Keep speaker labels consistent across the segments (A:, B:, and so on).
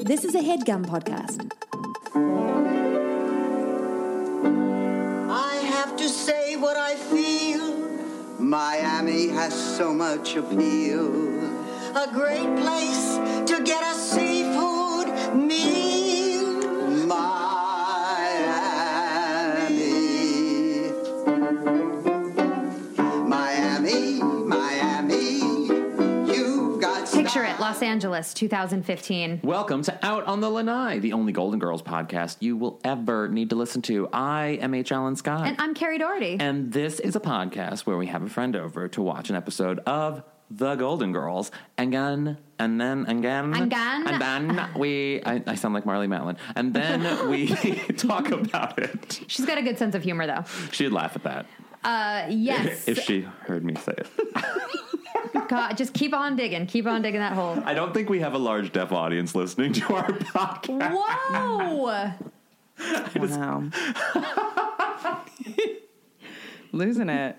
A: This is a headgum podcast.
B: I have to say what I feel. Miami has so much appeal. A great place to get a seafood meal. Miami. Miami, Miami. You've got
C: Picture
B: style.
C: it, Los Angeles, 2015.
D: Welcome to Out on the Lanai, the only Golden Girls podcast you will ever need to listen to. I am H. Allen Scott.
C: And I'm Carrie Doherty.
D: And this is a podcast where we have a friend over to watch an episode of The Golden Girls. And then, and then, again,
C: Again.
D: and then we, I, I sound like Marley Matlin. And then we talk about it.
C: She's got a good sense of humor, though.
D: She'd laugh at that
C: Uh, yes.
D: if she heard me say it.
C: God, just keep on digging. Keep on digging that hole.
D: I don't think we have a large deaf audience listening to our podcast.
C: Whoa!
E: Wow. Losing it.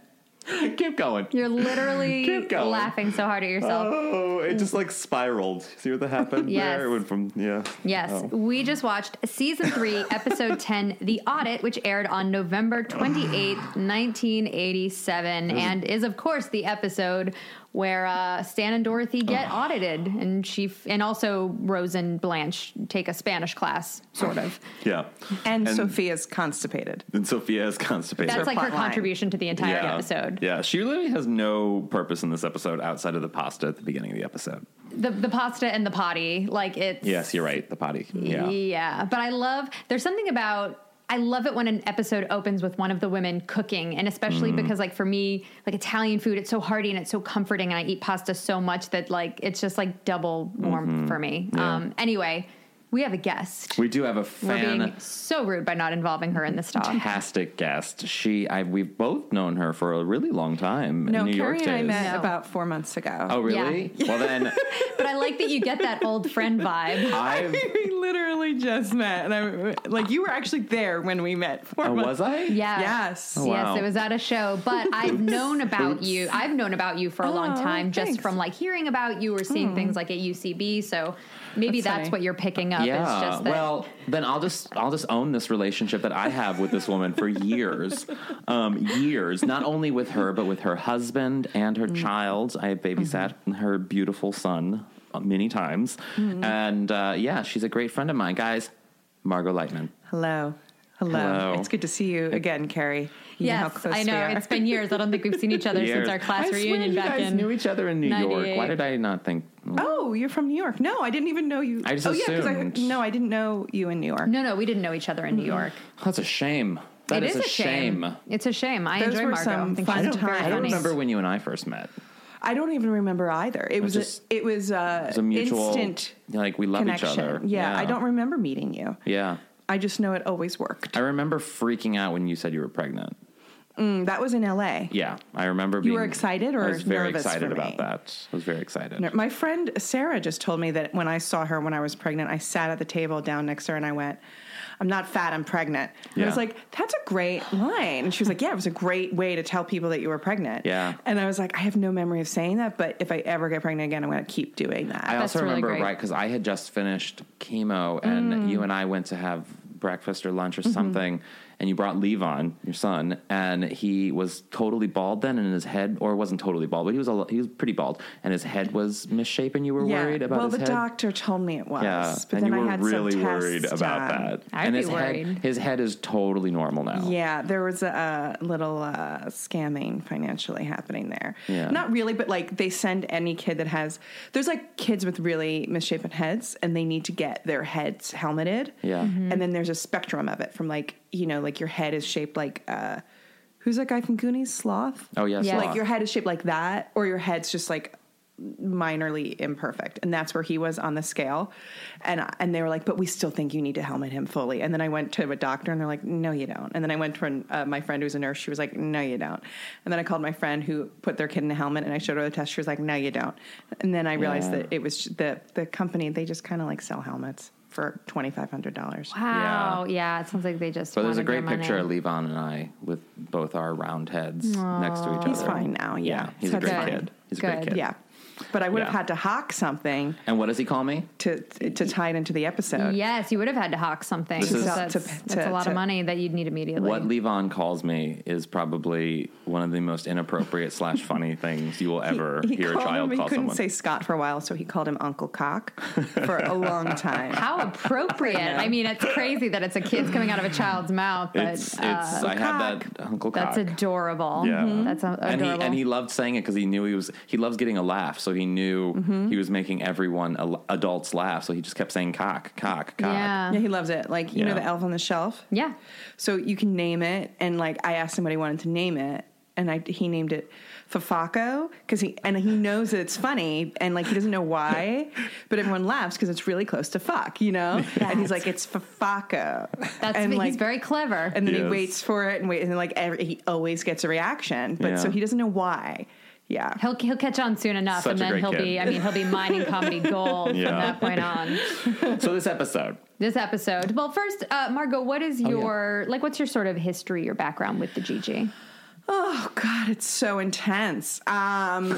D: Keep going.
C: You're literally
D: Keep going.
C: laughing so hard at yourself.
D: Oh, it just like spiraled. See what that happened
C: Yes.
D: there? It went from yeah.
C: yes,
D: Oh.
C: we just watched season three, episode 10, The Audit, which aired on November 28th, 1987, and is, of course, the episode where uh, Stan and Dorothy get audited, and she f- and also Rose and Blanche take a Spanish class, sort of.
D: Yeah.
E: And,
D: And-
E: Sophia's constipated.
D: And Sophia is constipated.
C: That's like her
E: plot line.
C: contribution to the entire
D: yeah.
C: episode.
D: Yeah, she literally has no purpose in this episode outside of the pasta at the beginning of the episode.
C: The the pasta and the potty, like it's
D: Yes, you're right. The potty.
C: yeah.
D: Yeah.
C: But I love there's something about I love it when an episode opens with one of the women cooking, and especially because like for me, like Italian food, it's so hearty and it's so comforting, and I eat pasta so much that like it's just like double warmth for me. Um, anyway, we have a guest.
D: We do have a
C: We're
D: fan.
C: being so rude by not involving her in this talk.
D: Fantastic guest. She, I, we've both known her for a really long time.
E: No,
D: New
E: Carrie
D: York
E: and I
D: days.
E: met
C: No.
E: about four months ago.
D: Oh, really? Well, then
C: But I like that you get that old friend vibe.
D: I've.
E: we literally just met, and I like you were actually there when we met. Four
D: Oh, was
E: months.
D: I?
C: Yeah.
E: Yes.
D: Oh, wow.
C: Yes, it was at a show, but I've known about you. I've known about you for a long
E: Oh,
C: time, just
E: thanks.
C: from like hearing about you or seeing
D: Hmm.
C: things like at UCB. So maybe
E: That's
C: that's,
E: funny.
C: what you're picking up.
D: Yeah.
C: Is just that
D: well, then I'll just I'll just own this relationship that I have with this woman for years, um, years. Not only with her, but with her husband and her
C: Mm.
D: child. I have babysat
C: Mm-hmm.
D: her beautiful son uh, many times, and uh, yeah, she's a great friend of mine, guys. Margot Lightman.
E: Hello. Hello.
D: Hello.
E: It's good to see you again, Carrie. You know how
C: yes,
E: close
C: I
E: we
C: know
E: are.
C: it's been years. I don't think we've seen each other since our class
D: I swear
C: reunion
D: you
C: back
D: guys
C: in.
D: knew each other in New York.
C: 98.
D: Why did I not think?
E: Oh, you're from New York. No, I didn't even know you.
D: I just
E: oh, yeah,
D: assumed.
E: I, no, I didn't know you in New York.
C: no, no, we didn't know each other in New York.
D: That's a shame. That
C: it
D: is a shame.
C: It's a shame. I
E: Those
C: enjoy
E: were
C: Margot.
E: some
C: I think
E: fun
C: she's
D: I don't,
C: very
D: I don't
C: funny.
D: remember when you and I first met.
E: I don't even remember either. It was
D: just-
E: a, it was a,
C: Uh,
D: It was a mutual
E: instant
D: like we love
E: connection.
D: each other.
E: yeah, I don't remember meeting you.
D: Yeah.
E: I just know it always worked.
D: I remember freaking out when you said you were pregnant.
E: Mm, that was in LA.
D: Yeah, I remember.
E: You
D: being,
E: were excited or
D: I was very
E: nervous
D: excited
E: for
D: about
E: me?
D: that. I was very excited.
E: My friend Sarah just told me that when I saw her when I was pregnant, I sat at the table down next to her and I went, I'm not fat, I'm pregnant. And I was
D: Yeah.
E: like, that's a great line. And she was like, yeah, it was a great way to tell people that you were pregnant.
D: Yeah.
E: And I was like, I have no memory of saying that, but if I ever get pregnant again, I'm going to keep doing that.
D: I also
C: really
D: remember
C: great.
D: right because I had just finished chemo and
E: Mm.
D: you and I went to have breakfast or lunch or
E: Mm-hmm.
D: something, and you brought Levon, your son, and he was totally bald then, and his head or wasn't totally bald, but he was a, lo- he was pretty bald, and his head was misshapen. You were worried about
E: well,
D: his
E: the
D: head.
E: doctor told me it was,
D: yeah,
E: but
D: and
E: then
D: you were
E: I had
D: really
E: some tests
D: worried about
E: done.
D: that.
C: I'd
D: and
C: be
D: his
C: worried.
D: head, his head is totally normal now.
E: Yeah, there was a, uh little uh, scamming financially happening there.
D: Yeah.
E: Not really, but like they send any kid that has there's like kids with really misshapen heads, and they need to get their heads helmeted.
D: Yeah. Mhm.
E: and then there's a spectrum of it from like you know like your head is shaped like uh, who's that guy from Goonies Sloth?
D: Oh yes,
C: Yeah.
E: like your head is shaped like that, or your head's just like minorly imperfect, and that's where he was on the scale. And and they were like, but we still think you need to helmet him fully. And then I went to a doctor, and they're like, no, you don't. And then I went to an, uh, my friend who's a nurse. She was like, no, you don't. And then I called my friend who put their kid in a helmet, and I showed her the test. She was like, no, you don't. And then I realized
D: Yeah.
E: that it was the the company. They just kind of like sell helmets for twenty five hundred dollars.
C: Wow. Yeah. It sounds like they just.
D: But there's a
C: wanted your
D: great picture of
C: money.
D: Levon and I with both our round heads next to each other.
E: He's fine now. Yeah,
D: He's
E: So
D: a
E: it's
D: great
E: fine.
D: kid. He's a
C: Good.
D: great kid.
E: Yeah. But I would have
D: Yeah.
E: had to hock something
D: And what does he call me?
E: to to tie it into the episode.
F: Yes, you would have had to hawk something.
D: This is-
F: that's,
E: To-
F: that's a
E: to-
F: lot of
E: to-
F: money that you'd need immediately.
D: What Levon calls me is probably one of the most inappropriate slash funny things you will ever
E: He
D: hear a
E: called
D: child
E: him,
D: call
E: he couldn't
D: someone.
E: say Scott for a while, so he called him Uncle Cock for a long time.
F: How appropriate! I mean, it's crazy that it's a kid's coming out of a child's mouth, but
D: it's it's
F: uh,
D: I had that Uncle
F: that's
D: Cock.
F: adorable. Mm-hmm.
D: Yeah. Mm-hmm.
F: That's a-
D: and he
F: adorable.
D: and he loved saying it because he knew he was he loves getting a laugh, so he knew
E: Mm-hmm.
D: he was making everyone al- adults laugh. So he just kept saying cock, cock, cock.
F: yeah,
E: Yeah, he loves it. Like you know
D: uh, Yeah.
E: the Elf on the Shelf.
F: yeah.
E: So you can name it, and like I asked him what he wanted to name it, and I he named it Fafaco because he and he knows that it's funny, and like he doesn't know why, but everyone laughs because it's really close to fuck, you know. And he's like, it's Fafaco.
F: That's
E: and
F: he's very clever.
E: And then he
D: Yes.
E: waits for it and wait, and like every, he always gets a reaction, but so
D: Yeah.
E: he doesn't know why. Yeah.
F: He'll he'll catch on soon enough,
D: Such
F: and
D: a
F: then
D: great
F: he'll
D: kid.
F: be. I mean, he'll be mining comedy gold
D: Yeah.
F: from that point on.
D: So this episode,
F: This episode. Well, first, uh, Margot, what is
D: Oh, yeah.
F: your like? What's your sort of history, your background with the Gigi?
E: Oh God, it's so intense. Um,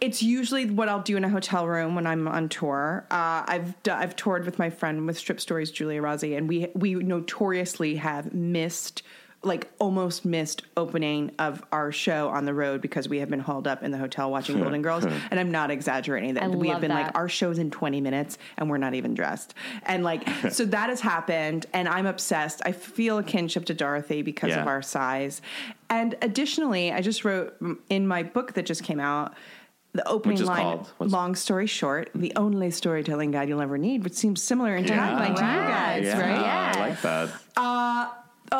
E: it's usually what I'll do in a hotel room when I'm on tour. Uh, I've d- I've toured with my friend with Strip Stories, Julia Rossi, and we we notoriously have missed. Like almost missed opening of our show on the road because we have been hauled up in the hotel watching Golden Girls, and I'm not exaggerating that
F: I
E: we
F: love
E: have been like
F: that.
E: our show's in 20 minutes and we're not even dressed, and like so that has happened, and I'm obsessed. I feel a kinship to Dorothy because
D: Yeah.
E: of our size. And additionally, I just wrote mm, in my book that just came out the opening
D: Which is
E: line.
D: called- what's-
E: Long story short, the only storytelling guide you'll ever need, which seems similar in
D: Yeah.
E: timeline to you guys,
D: yeah,
E: right?
D: I like that.
E: Uh,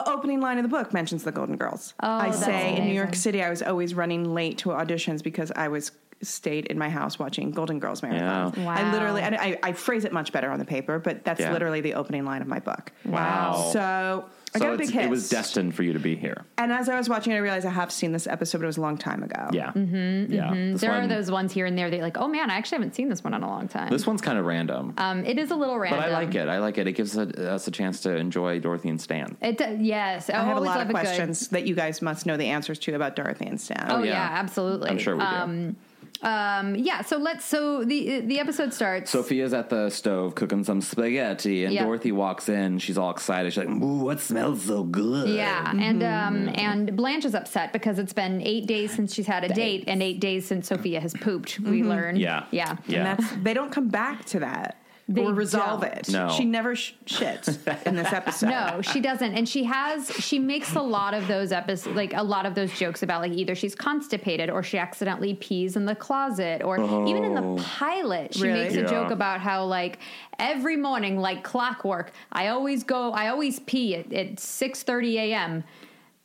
E: opening line of the book mentions the Golden Girls.
F: Oh,
E: I
F: that's
E: say in New York
F: amazing.
E: City, I was always running late to auditions because I was stayed in my house watching Golden Girls marathons.
D: Yeah.
E: I
F: Wow.
E: literally, and I, I phrase it much better on the paper, but that's
D: Yeah.
E: literally the opening line of my book.
D: Wow.
E: So I got a big
D: it's-
E: hit.
D: it was destined for you to be here.
E: And as I was watching it, I realized I have seen this episode, but it was a long time ago.
D: Yeah. Mm-hmm, yeah. This
F: there are
D: one-
F: those ones here and there that you're like, oh man, I actually haven't seen this one in a long time.
D: This one's kind of random,
F: um, it is a little random,
D: but I like it. I like it. It gives a, us a chance to enjoy Dorothy and Stan.
F: It do- yes,
E: I have a
F: always
E: lot
F: love
E: of
F: good-
E: questions that you guys must know the answers to about Dorothy and Stan.
F: Oh
D: yeah.
F: yeah. absolutely.
D: I'm sure we do.
F: um, Um, yeah, so let's. So the the episode starts.
D: Sophia's at the stove cooking some spaghetti, and
F: Yeah.
D: Dorothy walks in. She's all excited. She's like, "Ooh, what smells so good?"
F: Yeah, and um, and Blanche is upset because it's been eight days since she's had a date, and eight days since Sophia has pooped. We learn.
D: Yeah.
F: Mm-hmm. yeah,
D: Yeah.
E: And that's they don't come back to that
F: They
E: or resolve
F: don't.
E: it.
D: No.
E: She never sh- shits in this episode.
F: No, she doesn't, and she has. She makes a lot of those episodes, like a lot of those jokes about like either she's constipated or she accidentally pees in the closet, or even in the pilot, she
E: Really?
F: makes a
D: Oh. Yeah.
F: joke about how like every morning, like clockwork, I always go, I always pee at, at six thirty a.m.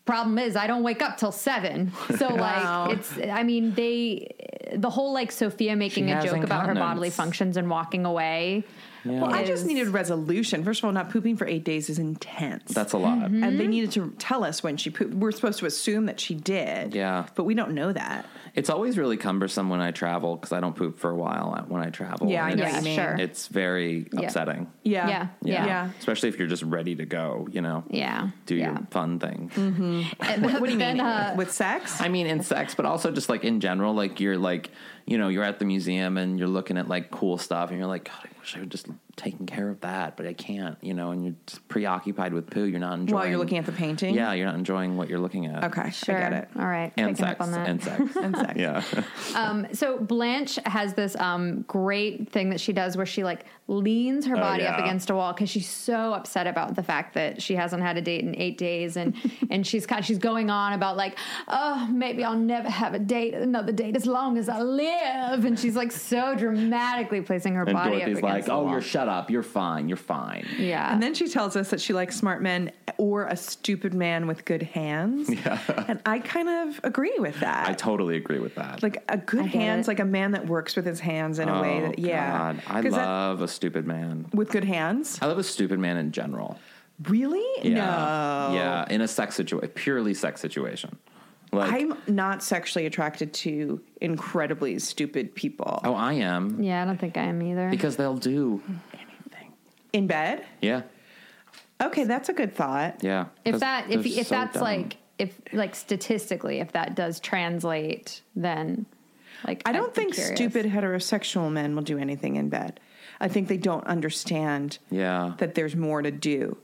F: Problem is, I don't wake up till seven. So like,
E: Wow.
F: it's. I mean, they. The whole like Sophia making
D: She
F: a
D: has
F: joke about her bodily
D: incontinence.
F: functions and walking away.
E: Well, I just
F: is-
E: needed resolution. First of all, not pooping for eight days is intense.
D: That's Mm-hmm. a lot.
E: and they needed to tell us when she pooped. We're supposed to assume that she did.
D: Yeah.
E: But we don't know that.
D: It's always really cumbersome when I travel because I don't poop for a while uh, when I travel.
E: Yeah, I
D: and
E: know
D: it's-
E: what you mean.
F: sure.
D: It's very
F: Yeah.
D: upsetting.
E: Yeah.
F: Yeah. Yeah.
E: Yeah.
D: Especially if you're just ready to go, you know.
F: Yeah,
D: Do
F: yeah.
D: your fun thing.
E: Mm-hmm.
F: what do you mean?
E: With sex?
D: I mean, in sex, but also just like in general, like you're like, you know, you're at the museum and you're looking at like cool stuff and you're like, God, I wish I would just taken care of that, but I can't, you know, and you're just preoccupied with poo. You're not enjoying.
E: While you're looking at the painting?
D: Yeah, you're not enjoying what you're looking at.
E: okay.
F: Sure.
E: I get it.
F: All right.
D: And
F: picking
D: sex.
F: up on that.
D: And sex.
E: And sex.
D: yeah.
F: so Blanche has this um, great thing that she does where she like leans her body up
D: Oh, yeah.
F: against a wall because she's so upset about the fact that she hasn't had a date in eight days, and and she's kind she's going on about like, oh, maybe I'll never have a date, another date as long as I live, and she's like so dramatically placing her
D: And
F: body up
D: Dorothy's
F: against
D: like,
F: the
D: oh,
F: wall.
D: you're shut up. You're fine. You're fine.
F: yeah,
E: And then she tells us that she likes smart men or a stupid man with good hands. Yeah. And I kind of agree with that.
D: I totally agree with that.
E: like a good
F: get
E: hands,
F: it.
E: like a man that works with his hands in a way
D: Oh,
E: that yeah.
D: God. I
E: 'Cause that-
D: love a stupid man.
E: with good hands.
D: I love a stupid man in general.
E: Really?
D: Yeah.
E: No.
D: Yeah, in a sex situation, purely sex situation. Like,
E: I'm not sexually attracted to incredibly stupid people.
D: oh, I am
F: yeah. I don't think I am either.
D: because they'll do anything.
E: In bed?
D: Yeah,
E: Okay, that's a good thought.
D: yeah.
F: if
D: 'Cause
F: that if
D: they're
F: if
D: so
F: that's
D: dumb.
F: like if like statistically if that does translate, then Like
E: I
F: I'd
E: don't
F: be
E: think
F: curious.
E: stupid heterosexual men will do anything in bed. I think they don't understand
D: Yeah.
E: that there's more to do.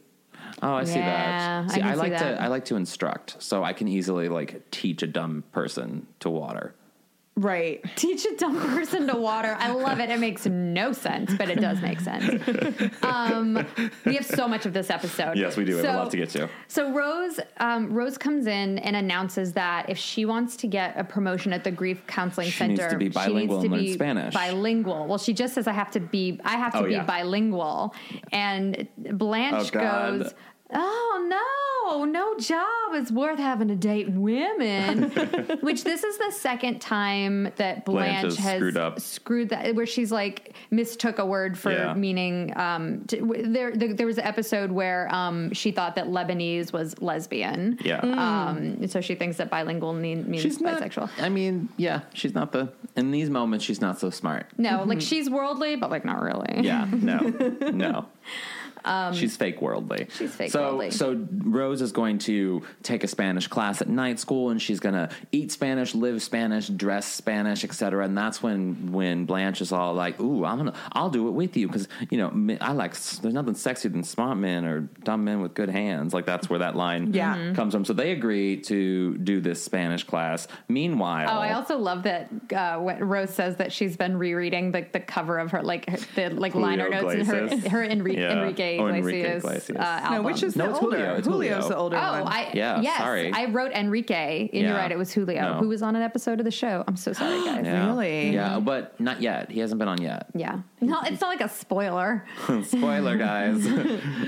D: Oh, I see
F: Yeah, I
D: that. See,
F: can
D: I,
F: see
D: like
F: that.
D: to I like to instruct, so I can easily like teach a dumb person to water.
E: Right.
F: Teach a dumb person to water. I love it. It makes no sense, but it does make sense. Um, we have so much of this episode. So-
D: to.
F: So Rose, um, Rose comes in and announces that if she wants to get a promotion at the grief counseling
D: She
F: center,
D: needs to be bilingual
F: she needs
D: and
F: to
D: learn
F: be
D: Spanish.
F: Bilingual. Well, she just says I have to be. I have to
D: Oh,
F: be
D: yeah.
F: bilingual. And Blanche
D: Oh, God.
F: goes. Oh no, no job is worth having to date women. Which this is the second time that Blanche,
D: Blanche has
F: has
D: screwed up.
F: screwed that where she's like mistook a word for
D: Yeah.
F: meaning um to, w- there, there there was an episode where um she thought that Lebanese was lesbian
D: Yeah.
F: um and so she thinks that bilingual mean, means
D: She's not
F: bisexual
D: I mean, yeah, she's not the in these moments she's not so smart.
F: no like
D: Mm-hmm.
F: she's worldly but like not really
D: Yeah, no, no. she's fake worldly.
F: Um, She's fake
D: so,
F: worldly.
D: So Rose is going to take a Spanish class at night school, and she's going to eat Spanish, live Spanish, dress Spanish, etc. And that's when when Blanche is all like, "Ooh, I'm gonna, I'll do it with you," because you know, me- I like. s- There's nothing sexier than smart men or dumb men with good hands. Like that's where that line
E: Yeah.
F: Mm-hmm.
E: Mhm.
D: comes from. So they agree to do this Spanish class. Meanwhile,
F: Oh, I also love that uh, what Rose says that she's been rereading the, the cover of her like her, the like liner notes in
D: Iglesias.
F: her her Enrique,
D: Yeah.
F: Enrique
D: Oh,
F: Iglesias,
D: Enrique
F: Uh,
D: Iglesias.
E: No,
F: album.
E: which is
D: No,
E: the
D: it's
E: older?
D: Julio. It's
E: Julio's
D: Julio.
E: the older
F: Oh,
E: one.
F: I
D: Yeah,
F: yes,
D: sorry.
F: I wrote Enrique, and
D: Yeah.
F: you're right. It was Julio,
D: No.
F: who was on an episode of the show. I'm so sorry, guys. yeah.
D: Yeah.
E: Really?
D: yeah, but not yet. He hasn't been on yet.
F: no, it's not like a spoiler.
D: Spoiler, guys.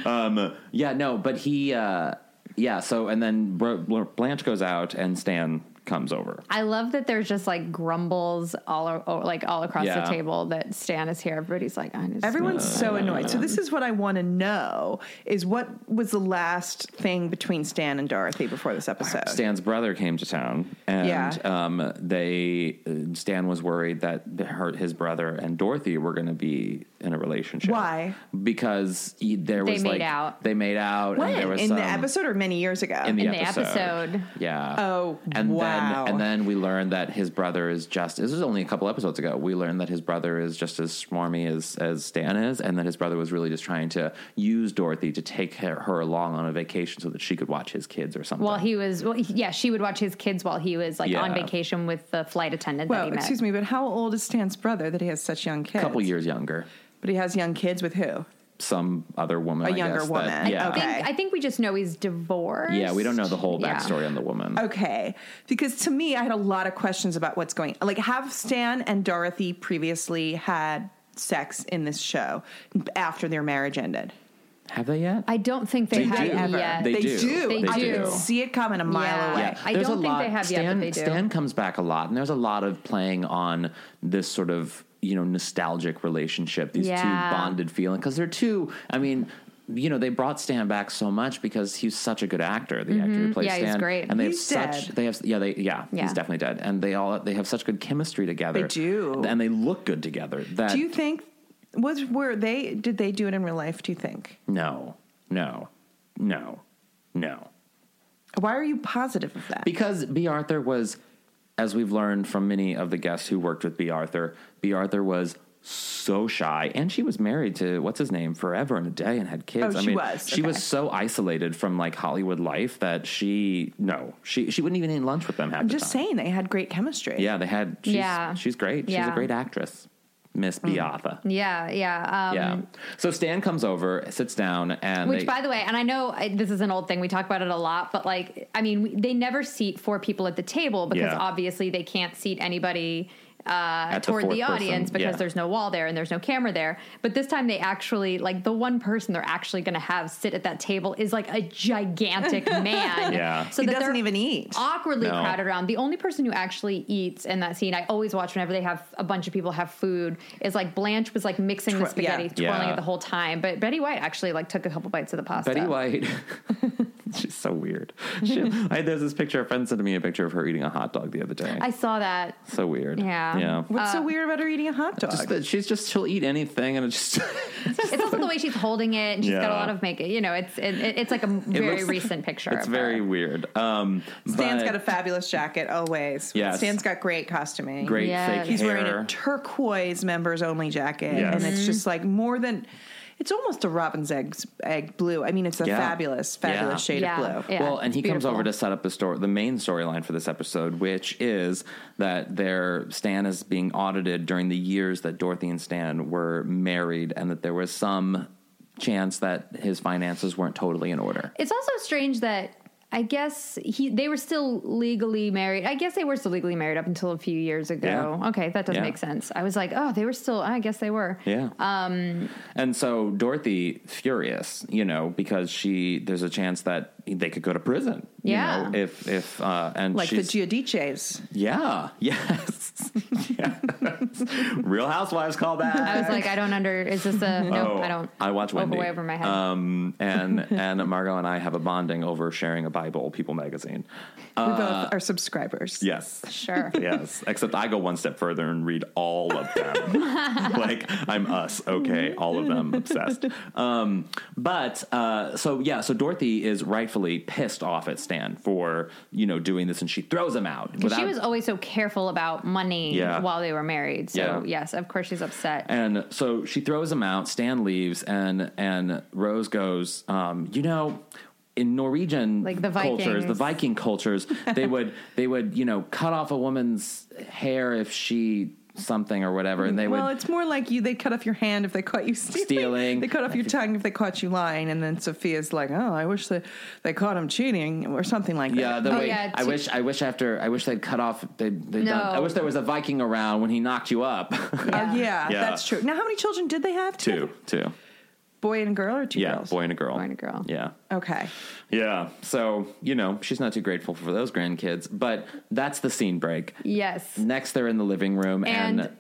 D: um, yeah, no, but he, uh, yeah. So and then Br- Bl- Blanche goes out and Stan comes over.
F: I love that there's just like grumbles all o- o- like all across
D: Yeah.
F: the table that Stan is here. Everybody's like, I just,
E: Everyone's so annoyed. So this is what I want to know: is what was the last thing between Stan and Dorothy before this episode?
D: Stan's brother came to town, and
E: Yeah.
D: um, they uh, Stan was worried that her, his brother and Dorothy were going to be in a relationship.
E: Why?
D: Because he, there
F: They
D: was
F: made
D: like
F: out.
D: they made out. and there
E: When
D: was
E: in the
D: some-
E: episode or many years ago?
D: in the,
F: In the
D: episode.
F: episode.
D: Yeah.
E: Oh,
D: and
E: wow.
D: Then, and then we learned that his brother is just. This was only a couple episodes ago. We learned that his brother is just as smarmy as as Stan is, and that his brother was really just trying to use Dorothy to take her, her along on a vacation so that she could watch his kids or something.
F: While he was, well, he- yeah, she would watch his kids while he was like
D: Yeah.
F: on vacation with the flight attendant that
E: well,
F: he met.
E: excuse me, but how old is Stan's brother that he has such young
D: a
E: kids?
D: couple years younger,
E: But he has young kids with who?
D: some other woman,
E: A
D: I
E: younger
D: guess, that-
E: woman.
D: yeah,
F: I think
E: Okay.
F: I think we just know he's divorced.
D: yeah. We don't know the whole
F: Yeah.
D: backstory on the woman.
E: Oh. Okay, because to me, I had a lot of questions about what's going. Like, have Stan and Dorothy previously had sex in this show after their marriage ended?
D: Have they yet?
F: I don't think they,
D: They
F: have
D: do.
F: yet.
D: They do.
F: They
E: I
F: do.
E: could see it coming a mile
F: Yeah.
E: away.
F: I
D: there's
F: don't
D: a
F: think they have yet,
D: Stan,
F: but they do.
D: Stan comes back a lot, and there's a lot of playing on this sort of you know nostalgic relationship, these
F: Yeah.
D: two bonded feeling because they're two. I mean. You know they brought Stan back so much because he's such a good actor. The actor who plays
F: Mm-hmm. Yeah, he's
D: Stan,
F: great.
D: and they
E: He's
D: have such
E: dead.
D: they have yeah they yeah,
F: Yeah.
D: he's definitely dead. And they all they have such good chemistry together.
E: They do.
D: and they look good together. That
E: Do you think was were they did they do it in real life? Do you think?
D: no no no no
E: Why are you positive of that?
D: Because B. Arthur was, as we've learned from many of the guests who worked with B. Arthur, B. Arthur was so shy, and she was married to what's his name forever and a day, and had kids.
E: Oh,
D: I
E: she
D: mean,
E: was.
D: she was
E: Okay.
D: so isolated from like Hollywood life that she no, she she wouldn't even eat lunch with them. Half
E: I'm
D: the
E: just
D: time.
E: saying they had great chemistry.
D: Yeah, they had. She's,
F: Yeah.
D: she's great. She's
F: Yeah.
D: a great actress, Miss B.
E: Mm.
D: Arthur.
F: Yeah, yeah. Um,
D: Yeah. So Stan comes over, sits down, and
F: Which,
D: they-
F: by the way, and I know I, this is an old thing. We talk about it a lot, but like, I mean, we, they never seat four people at the table because
D: Yeah.
F: obviously they can't seat anybody uh,
D: At the
F: toward the,
D: fourth person,
F: audience because
D: yeah.
F: there's no wall there and there's no camera there. But this time they actually, like, the one person they're actually going to have sit at that table is like a gigantic man.
D: Yeah.
F: So
E: he
F: that
E: doesn't
F: they're
E: even eat.
F: awkwardly
D: No.
F: crowded around. The only person who actually eats in that scene, I always watch whenever they have a bunch of people have food, is like Blanche was like mixing the
E: Twirl- yeah.
F: spaghetti, twirling
D: Yeah.
F: it the whole time. But Betty White actually like took a couple bites of the pasta.
D: Betty White She's so weird. She, I, there's this picture. A friend sent me a picture of her eating a hot dog the other day.
F: I saw that.
D: so weird.
F: Yeah.
D: Yeah.
E: What's
F: uh,
E: so weird about her eating a hot dog?
D: Just that she's just she'll eat anything and it just
F: It's also the way she's holding it, and she's got
D: Yeah.
F: a lot of makeup. You know, it's it, it's like a very
D: looks-
F: recent picture.
D: it's
F: of
D: very
F: her.
D: weird. Um,
E: Stan's
D: but
E: got a fabulous jacket always.
D: Yes.
E: Stan's got great costuming.
D: great
F: Yeah.
D: fake
E: He's
D: hair.
E: wearing a turquoise members only jacket,
D: Yes.
E: and
F: Mm-hmm.
E: it's just like more than. It's almost a robin's egg, egg blue. I mean, it's a
D: Yeah.
E: fabulous,
D: Yeah.
E: fabulous shade
F: Yeah.
E: of blue.
F: Yeah.
D: well, and
F: it's
D: he comes
F: beautiful.
D: over to set up the story, the main storyline for this episode, which is that their Stan is being audited during the years that Dorothy and Stan were married, and that there was some chance that his finances weren't totally in order.
F: It's also strange that I guess he they were still legally married. I guess they were still legally married up until a few years ago.
D: Yeah.
F: Okay, that
D: Yeah.
F: doesn't make sense. I was like, oh, they were still. I guess they were.
D: Yeah. Um, and so Dorothy furious, you know, because she there's a chance that they could go to prison. you
F: Yeah.
D: know, if if uh, and
E: Like
D: she's,
E: the Giudices.
D: yeah, yes, yes. Real Housewives callback.
F: I was like, I don't under. Is this a no?
D: Uh, Oh,
F: I don't.
D: I watch Wendy.
F: Way over my head.
D: Um, and and Margot and I have a bonding over sharing a Bible, People magazine. Uh,
E: we both are subscribers.
D: Yes.
F: sure.
D: Yes, except I go one step further and read all of them. like I'm us, okay, all of them obsessed. Um, but uh, so yeah, so Dorothy is rightfully pissed off at Stan for you know doing this, and she throws him out.
F: Because she was always so careful about money
D: Yeah.
F: while they were married. So
D: Yeah.
F: yes, of course she's upset.
D: And so she throws him out. Stan leaves, and and Rose goes, um, you know. In Norwegian
F: Like the
D: cultures, the
F: Vikings.
D: Viking cultures, they would they would you know cut off a woman's hair if she something or whatever, and they
E: well,
D: would
E: it's more like you. They cut off your hand if they caught you stealing.
D: Stealing.
E: They cut off your tongue if they caught you lying. And then Sophia's like, "Oh, I wish they, they caught him cheating or something like
D: Yeah,
E: that."
D: the
F: Oh,
D: way
F: yeah,
D: I
F: to-
D: wish I wish after I wish they'd cut off they they
F: No.
D: done, I wish there was a Viking around when he knocked you up.
E: Oh, yeah,
D: Yeah.
E: that's true. Now, how many children did they have?
D: two, two,
E: boy and a girl, or two
D: yeah,
E: girls?
D: boy and a girl,
F: Boy and a girl.
D: yeah,
E: Okay.
D: yeah. So you know she's not too grateful for those grandkids, but that's the scene break.
F: Yes.
D: Next, they're in the living room and.
F: And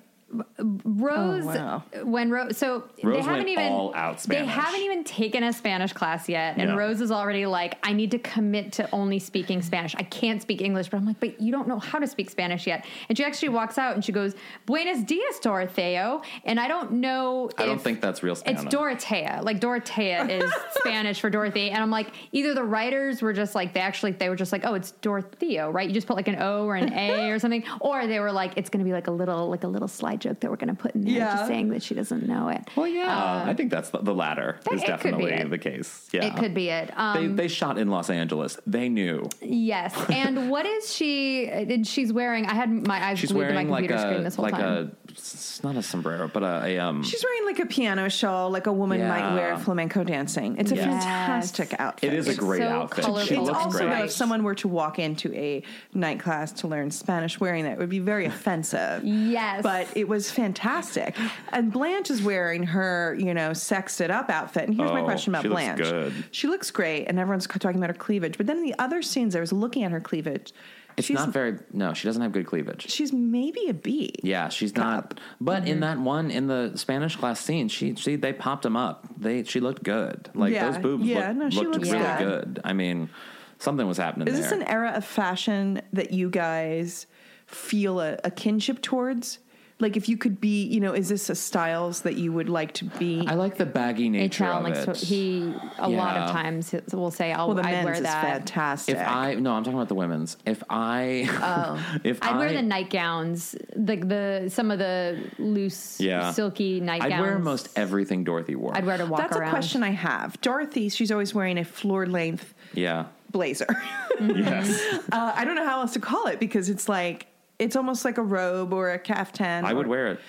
F: Rose,
E: Oh, wow.
F: when Rose, so
D: Rose
F: they haven't
D: went
F: even
D: all out
F: They
D: Spanish.
F: haven't even taken a Spanish class yet, and
D: Yeah.
F: Rose is already like, "I need to commit to only speaking Spanish. I can't speak English." But I'm like, "But you don't know how to speak Spanish yet." And she actually walks out and she goes, "Buenos dias, Dorotheo." And I don't know.
D: I don't
F: if-
D: think that's real
F: It's
D: Spanish.
F: Dorotea. Like Dorotea is Spanish for Dorothy, and I'm like, either the writers were just like they actually they were just like, oh, it's Dorotheo, right? You just put like an O or an A or something, or they were like, it's going to be like a little like a little slide joke that we're going to put in there,
E: Yeah.
F: just saying that she doesn't know it.
D: Well, yeah, uh, I think that's the, the latter
F: that-
D: is
F: it could be
D: definitely
F: it.
D: the case. Yeah,
F: It could be it. Um,
D: They, they shot in Los Angeles. They knew.
F: yes. And what is she? And she's wearing. I had my eyes
D: She's
F: glued to my
D: wearing like
F: computer screen
D: a
F: this whole
D: like a
F: time.
D: it's not a sombrero, but a, a um.
E: She's wearing like a piano shawl, like a woman
D: Yeah.
E: might wear flamenco dancing. It's a
D: Yes.
E: fantastic outfit.
D: It is a
F: It's
D: great
F: so
D: outfit. She
F: colorful.
E: It's
D: looks
E: also
D: great.
E: though, if someone were to walk into a night class to learn Spanish wearing that, it would be very offensive.
F: Yes.
E: but it was fantastic. And Blanche is wearing her, you know, sexed it up outfit. And here's my
D: Oh,
E: question about
D: she looks
E: Blanche.
D: good.
E: She looks great, and everyone's talking about her cleavage. But then in the other scenes, I was looking at her cleavage.
D: It's
E: she's
D: not very. No, she doesn't have good cleavage.
E: she's maybe a B.
D: Yeah, she's not. But in that one in the Spanish class scene, she she they popped them up. They she looked good. Like
E: Yeah,
D: those boobs
E: yeah,
D: looked,
E: no, she
D: looked
E: looks
D: really
F: good.
D: good. I mean, something was happening
E: Is
D: there.
E: this an era of fashion that you guys feel a, a kinship towards? Like, if you could be, you know, is this a styles that you would like to be?
D: I like the baggy nature
F: Atrell
D: of
F: likes
D: it.
F: to, he a lot
D: Yeah.
F: of times will say, "I'll
E: well, the
F: I'd
E: men's
F: wear
E: is
F: that."
E: fantastic.
D: if I no, I'm talking about the women's. If I if
F: I'd
D: I,
F: wear the nightgowns, like the, some of the loose,
D: Yeah.
F: silky nightgowns.
D: I'd wear most everything Dorothy wore.
F: I'd wear to walk
E: That's
F: around.
E: a question I have. Dorothy, she's always wearing a floor length
D: yeah.
E: blazer.
D: Mm. Yes,
E: uh, I don't know how else to call it because it's like it's almost like a robe or a caftan.
D: I would wear it.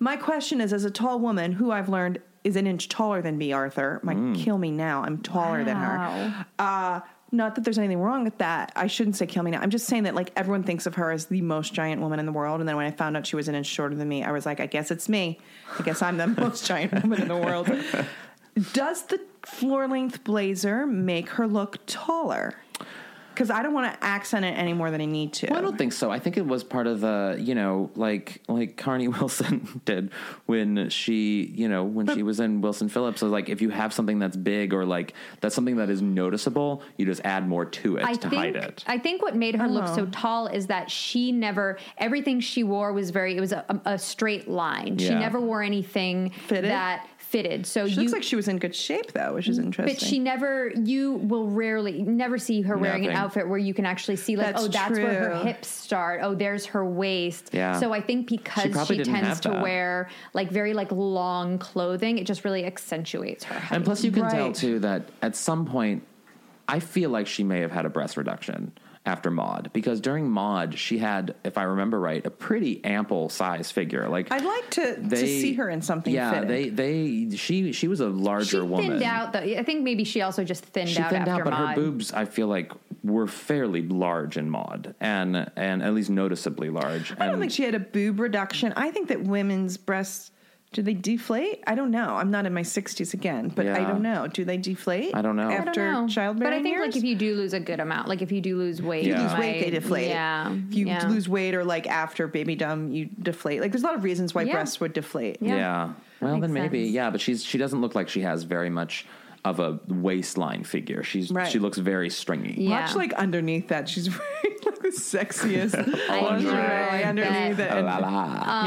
E: My question is, as a tall woman who I've learned is an inch taller than me, Arthur, might
F: Mm.
E: kill me now. I'm taller than her. Uh, not that there's anything wrong with that. I shouldn't say kill me now. I'm just saying that like everyone thinks of her as the most giant woman in the world, and then when I found out she was an inch shorter than me, I was like, I guess it's me. I guess I'm the most giant woman in the world. Does the floor length blazer make her look taller? because I don't want to accent it any more than I need to.
D: Well, I don't think so. I think it was part of the, you know, like like Carney Wilson did when she, you know, when she was in Wilson Phillips. So like, if you have something that's big or like that's something that is noticeable, you just add more to it
F: I
D: to
F: think
D: hide it.
F: I think what made her look
E: Oh.
F: so tall is that she never everything she wore was very it was a, a straight line. She
D: Yeah.
F: never wore anything
E: Fitted?
F: that fitted. So
E: She
F: you
E: looks like she was in good shape though, which is interesting.
F: but she never you will rarely never see her wearing an
D: Nothing.
F: outfit where you can actually see like
E: That's
F: oh that's where her
E: true.
F: hips start oh there's her waist
D: Yeah.
F: so i think because
D: She
F: she,
D: probably didn't
F: tends
D: have
F: to
D: that.
F: wear like very like long clothing it just really accentuates her height.
D: And plus, you can tell
E: Right.
D: too that at some point, I feel like she may have had a breast reduction after Maud because during Maud, she had, if I remember right, a pretty ample size figure. Like
E: I'd like to to see her in something.
D: Yeah,
E: fitted.
D: they they she she was a larger
F: she thinned
D: woman.
F: out though i think maybe she also just thinned
D: she
F: out
D: thinned
F: after
D: out, but
F: Maude.
D: her boobs, I feel like, were fairly large in Maud, and and at least noticeably large.
E: I don't
D: And
E: think she had a boob reduction. I think that women's breasts do they deflate? I don't know. I'm not in my 60s again, but I
D: Yeah.
E: don't know. Do they deflate?
D: I don't know. I
F: I don't
E: After
F: know.
E: childbearing
F: but i think
E: years?
F: like if you do lose a good amount like if you do lose weight
D: Yeah.
E: lose weight, they
F: like,
E: deflate.
F: yeah
E: If you
F: yeah.
E: lose weight or like after baby dumb, you deflate. Like there's a lot of reasons why
F: Yeah.
E: breasts would deflate.
F: yeah.
D: yeah. Well,
F: Makes
D: then maybe
F: sense.
D: yeah, but she's she doesn't look like she has very much of a waistline figure. She's
E: Right.
D: she looks very stringy.
F: Yeah.
E: Much like underneath that, she's wearing like the sexiest lingerie
F: bet.
E: underneath it.
D: Ah, la, la.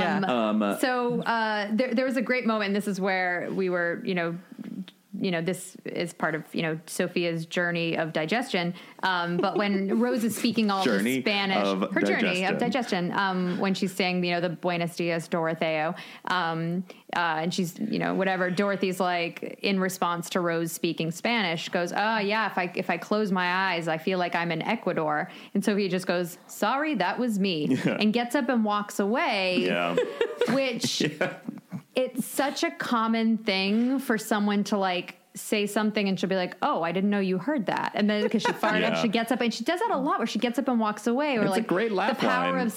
E: yeah.
F: so uh, there, there was a great moment. And this is where we were, you know, you know, this is part of you know Sophia's journey of digestion. Um, but when Rose is speaking all
D: Journey
F: the Spanish,
D: of
F: her journey of
D: digestion.
F: digestion, um, when she's saying, you know, the Buenos Dias Dorotheo, um, uh, and she's, you know, whatever. Dorothy's like in response to Rose speaking Spanish, goes, "Oh yeah, if I if I close my eyes, I feel like I'm in Ecuador." And Sophia just goes, "Sorry, that was me," and gets up and walks away
D: yeah.
F: which it's such a common thing for someone to like say something and she'll be like, "Oh, I didn't know you heard that," and then because she farted,
D: Yeah.
F: she gets up and she does that a lot, where she gets up and walks away, or
D: It's a
F: like
D: great
F: the
D: laugh
F: power
D: line.
F: of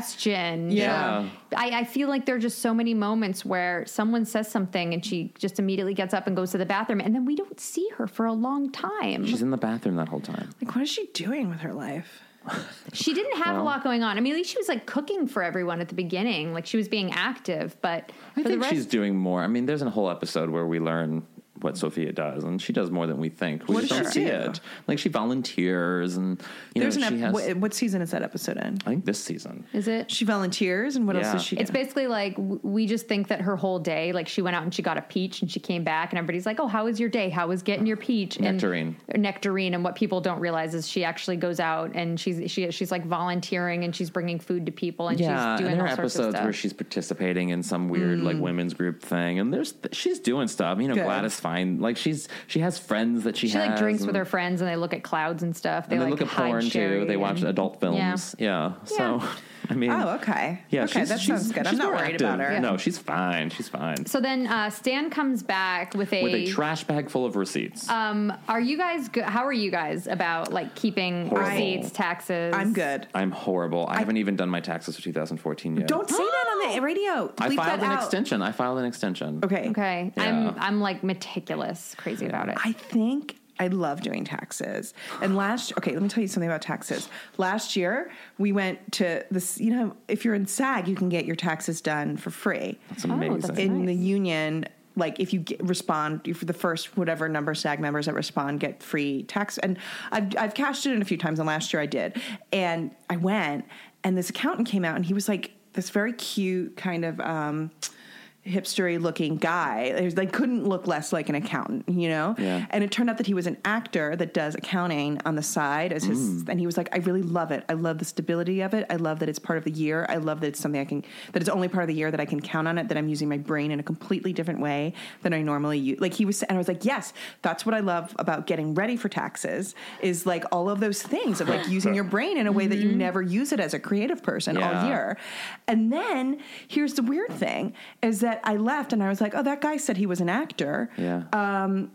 F: suggestion.
E: Yeah.
F: I, I feel like there are just so many moments where someone says something and she just immediately gets up and goes to the bathroom, and then we don't see her for a long time.
D: She's in the bathroom that whole time.
E: like what is she doing with her life?
F: She didn't have a
D: Well-
F: lot going on. I mean, at least she was like cooking for everyone at the beginning, like she was being active, but
D: I
F: for the
D: think
F: rest,
D: she's doing more. I mean, there's a whole episode where we learn what Sophia does, and she does more than we think. We
E: What
D: just
E: does
D: don't
E: she
D: see
E: do?
D: it. Like she volunteers, and you
E: There's
D: know,
E: an
D: she
E: ep-
D: has.
E: what, what season is that episode in?
D: I think this season.
F: is it?
E: She volunteers and what else
D: Yeah.
E: does she do?
F: It's basically like w- we just think that her whole day, like she went out and she got a peach and she came back and everybody's like, "Oh, how was your day? How was getting your peach?" And-
D: Nectarine.
F: or nectarine. And what people don't realize is she actually goes out and she's she, she's like volunteering and she's bringing food to people and
D: Yeah,
F: she's doing
D: and there
F: all
D: are
F: sorts
D: episodes
F: of stuff. Mm.
D: where she's participating in some weird like women's group thing, and there's she's doing stuff. You know,
E: Good.
D: Gladys Fine, like she's she has friends that she,
F: she
D: has.
F: like drinks with
D: and-
F: her friends and they look at clouds and stuff. They
D: and they
F: like
D: look at
F: hide
D: porn too.
F: sherry
D: They watch
F: and-
D: adult
F: Yeah.
D: films. Yeah, so I mean,
E: Oh, okay.
D: Yeah,
E: okay,
D: she's-
E: that
D: she's-
E: sounds good. I'm
D: she's
E: not
D: more
E: worried
D: active.
E: about her.
D: No, she's fine. She's fine.
F: So then uh, Stan comes back with a.
D: With a trash bag full of receipts.
F: Uh, are you guys? Go- how are you guys about like keeping
D: Horrible.
F: receipts, taxes?
E: I'm good.
D: I'm horrible. I, haven't even done my taxes for 2014 yet.
E: Don't say that on the radio.
D: I
E: Bleep
D: filed
E: that
D: an
E: out.
D: extension. I filed an extension.
E: Okay.
F: Okay.
D: Yeah.
F: I'm I'm like meticulous, crazy about it.
E: I think I love doing taxes. And last, okay, let me tell you something about taxes. Last year, we went to this, you know, if you're in SAG, you can get your taxes done for free.
D: It's amazing.
F: Oh, that's
E: in
F: nice.
E: the union, like if you get, respond, you for the first whatever number SAG members that respond get free tax. And I've, I've cashed it in a few times, and last year I did. And I went, and this accountant came out, and he was like this very cute kind of. Um, hipstery looking guy It was- they couldn't look less like an accountant you know
D: Yeah.
E: and it turned out that he was an actor that does accounting on the side as his and he was like i really love it i love the stability of it i love that it's part of the year i love that it's something i can that it's only part of the year that i can count on it that i'm using my brain in a completely different way than i normally use like he was and i was like yes that's what i love about getting ready for taxes is like all of those things of like using your brain in a way that you never use it as a creative person all
D: Yeah.
E: year her. And then here's the weird
F: Uh,
E: thing is that I left and I was like, oh, that guy said he was an actor.
D: Yeah.
E: Um,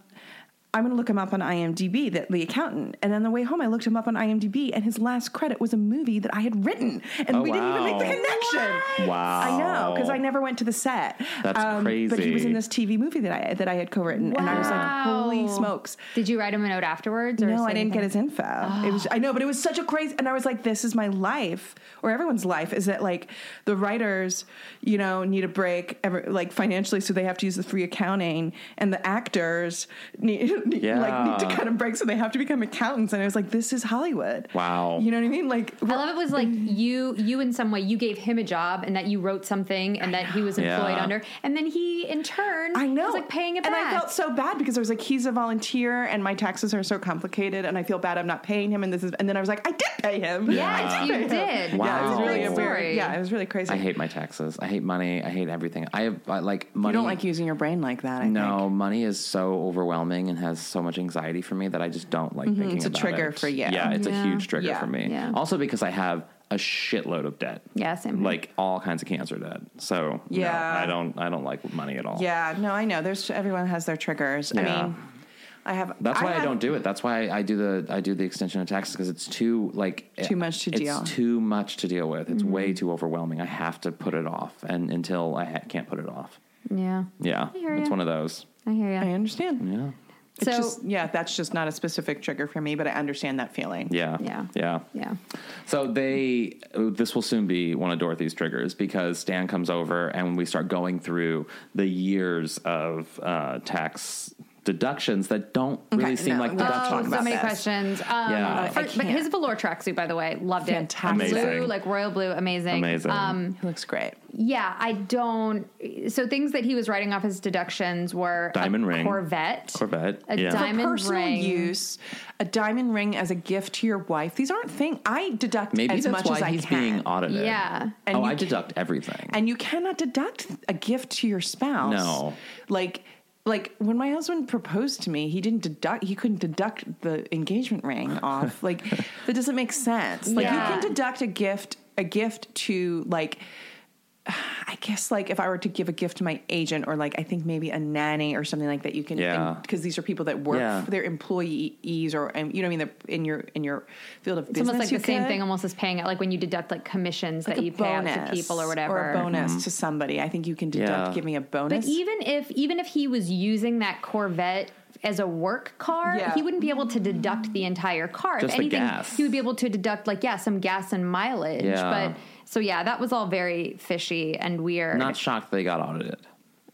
E: I'm going to look him up on IMDb, that the accountant. And on the way home, I looked him up on IMDb, and his last credit was a movie that I had written, and
D: Oh,
E: we didn't even make the
D: wow.
E: connection.
D: Wow.
E: I know because I never went to the set. Um,
D: That's
E: But he was
D: crazy.
E: in this TV movie that I that I had co-written, and I was like, "Holy
F: Wow.
E: smokes!"
F: Did you write him a note afterwards? Or
E: no,
F: say
E: I didn't
F: anything?
E: get his info. It was I know, but it was such a crazy and I was like, this is my life or everyone's life is that like the writers, you know, need a break ever like financially so they have to use the free accounting and the actors need, need- like need
D: Yeah.
E: to cut a break so they have to become accountants and I was like, this is Hollywood.
D: Wow.
E: You know what I mean? Like
F: I love it was like
E: Mm-hmm.
F: you you in some way you gave him a job and that you wrote something and that he was employed
D: Yeah.
F: under and then he in turn
E: I know.
F: was like paying it back.
E: And I felt so bad because I was like, he's a volunteer and my taxes are so complicated and I feel bad I'm not paying him. And this is, and then I was like, I did pay him.
F: Yes,
E: I
F: you
E: pay him.
F: did.
E: Yeah, it
D: Wow.
E: was really
D: Great
E: a weird.
F: story.
E: Yeah, it was really crazy.
D: I hate my taxes. I hate money. I hate everything. I have I like money.
E: You don't like using your brain like that. I
D: No,
E: Think.
D: money is so overwhelming and has so much anxiety for me that I just don't like thinking
E: Mm-hmm. it's a
D: about
E: trigger
D: it.
E: for you.
D: Yeah, it's
F: Yeah.
D: a huge trigger
E: Yeah.
D: for me.
F: Yeah.
D: Also because I have a shitload of debt.
F: Yeah, same here.
D: Like all kinds of cancer debt. So no,
E: Yeah.
D: I don't I don't like money at all.
E: Yeah, no, I know. There's everyone has their triggers. I
D: Yeah.
E: mean, I have.
D: That's why I,
E: have-
D: don't do it. That's why I, I do the I do the extension of taxes because it's too like eh,
E: Too much to
D: it's
E: deal. Mm-hmm.
D: Too much to deal with. It's way too overwhelming. I have to put it off, and until I ha- can't put it off,
F: yeah,
D: yeah,
F: I hear
D: it's
F: ya.
D: one of those.
F: I hear
E: I
F: you.
E: understand.
D: Yeah,
E: It's
F: So
E: just, yeah, that's just not a specific trigger for me, but I understand that feeling.
D: yeah,
F: Yeah.
D: yeah.
F: yeah,
D: So they, this will soon be one of Dorothy's triggers because Stan comes over and we start going through the years of uh, tax deductions that don't really
E: Okay,
D: seem
E: no,
D: like
E: we're not
D: deductions.
E: talking
F: Oh, so
E: about
F: many
E: this.
F: questions. Um,
D: Yeah. I
F: for- but
E: can't.
F: his velour tracksuit, by the way, loved
E: Fantastic.
F: it. Blue,
D: Uh, Amazing.
F: like royal blue, amazing,
D: Amazing.
F: Um,
E: He looks great.
F: Yeah, I don't. So things that he was writing off his deductions were
D: Diamond
F: a
D: ring.
F: Corvette,
D: Corvette,
F: a
D: yeah. For
E: For
F: diamond
E: personal
F: ring.
E: use, a diamond ring as a gift to your wife. These aren't things I deduct
D: Maybe
E: as
D: that's
E: much
D: why
E: as I
D: he's
E: can.
D: being audited.
F: Yeah.
E: And
D: oh,
E: you
D: I
E: ca-
D: deduct everything.
E: and you cannot deduct a gift to your spouse.
D: No.
E: Like like when my husband proposed to me, he didn't deduct he couldn't deduct the engagement ring off. Like that doesn't make sense. Like
F: Yeah.
E: you can deduct a gift a gift to like I guess like if I were to give a gift to my agent or like I think maybe a nanny or something like that you can
D: Yeah.
E: because these are people that work
D: Yeah.
E: for their employees or and you know what I mean they're in your in your field of
F: It's
E: business
F: almost like the
E: you
F: same
E: could
F: thing, almost as paying it, like when you deduct like commissions that
E: a
F: you pay out to people or whatever.
E: a bonus to somebody. I think you can deduct
D: Mm-hmm. Yeah.
E: giving a
F: But
E: bonus.
F: even if even if he was using that Corvette as a work car,
E: Yeah.
F: he wouldn't be able to deduct the entire car.
D: Just the
F: if anything,
D: gas.
F: he would be able to deduct like yeah, some gas and mileage.
D: Yeah.
F: But so yeah, that was all very fishy and weird.
D: Not shocked they got audited.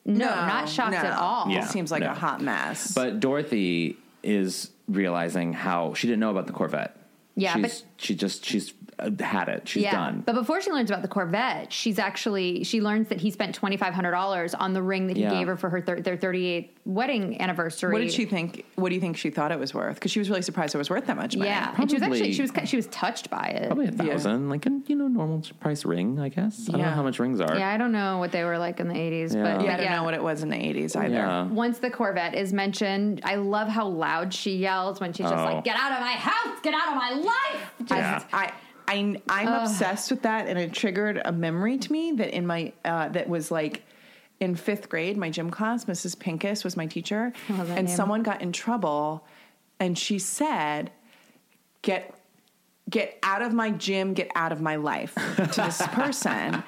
F: no, not shocked at all.
E: It
D: Oh, Yeah,
E: seems like
D: no.
E: a hot mess.
D: But Dorothy is realizing how she didn't know about the Corvette.
F: Yeah,
D: she's,
F: but-
D: she just she's uh, had it. She's done.
F: Um, But before she learns about the Corvette, she's actually she learns that he spent twenty five hundred dollars on the ring that he
D: Yeah.
F: gave her for her thir- their thirty eighth wedding anniversary.
E: what did she think? What do you think she thought it was worth? Because she was really surprised it was worth that much money.
F: Yeah, and she was actually
D: Probably-
F: she was she was touched by it.
D: Probably a
E: Yeah.
D: thousand, like a you know normal price ring, I guess. I don't
E: Yeah.
D: know how much rings are.
F: Yeah, I don't know what they were like in the eighties,
D: Yeah.
F: but
E: Yeah, I
F: but
E: don't know what it was in the eighties either.
D: Yeah.
F: Once the Corvette is mentioned, I love how loud she yells when she's just
D: Oh.
F: like, "Get out of my house! Get out of my life!" Just-
D: Yeah.
E: I, I, I'm obsessed with that, and it triggered a memory to me that in my uh, that was like in fifth grade, my gym class, Mrs. Pincus was my teacher,
F: I
E: and
F: love that name.
E: someone got in trouble, and she said, "Get." Get out of my gym, get out of my life to this person.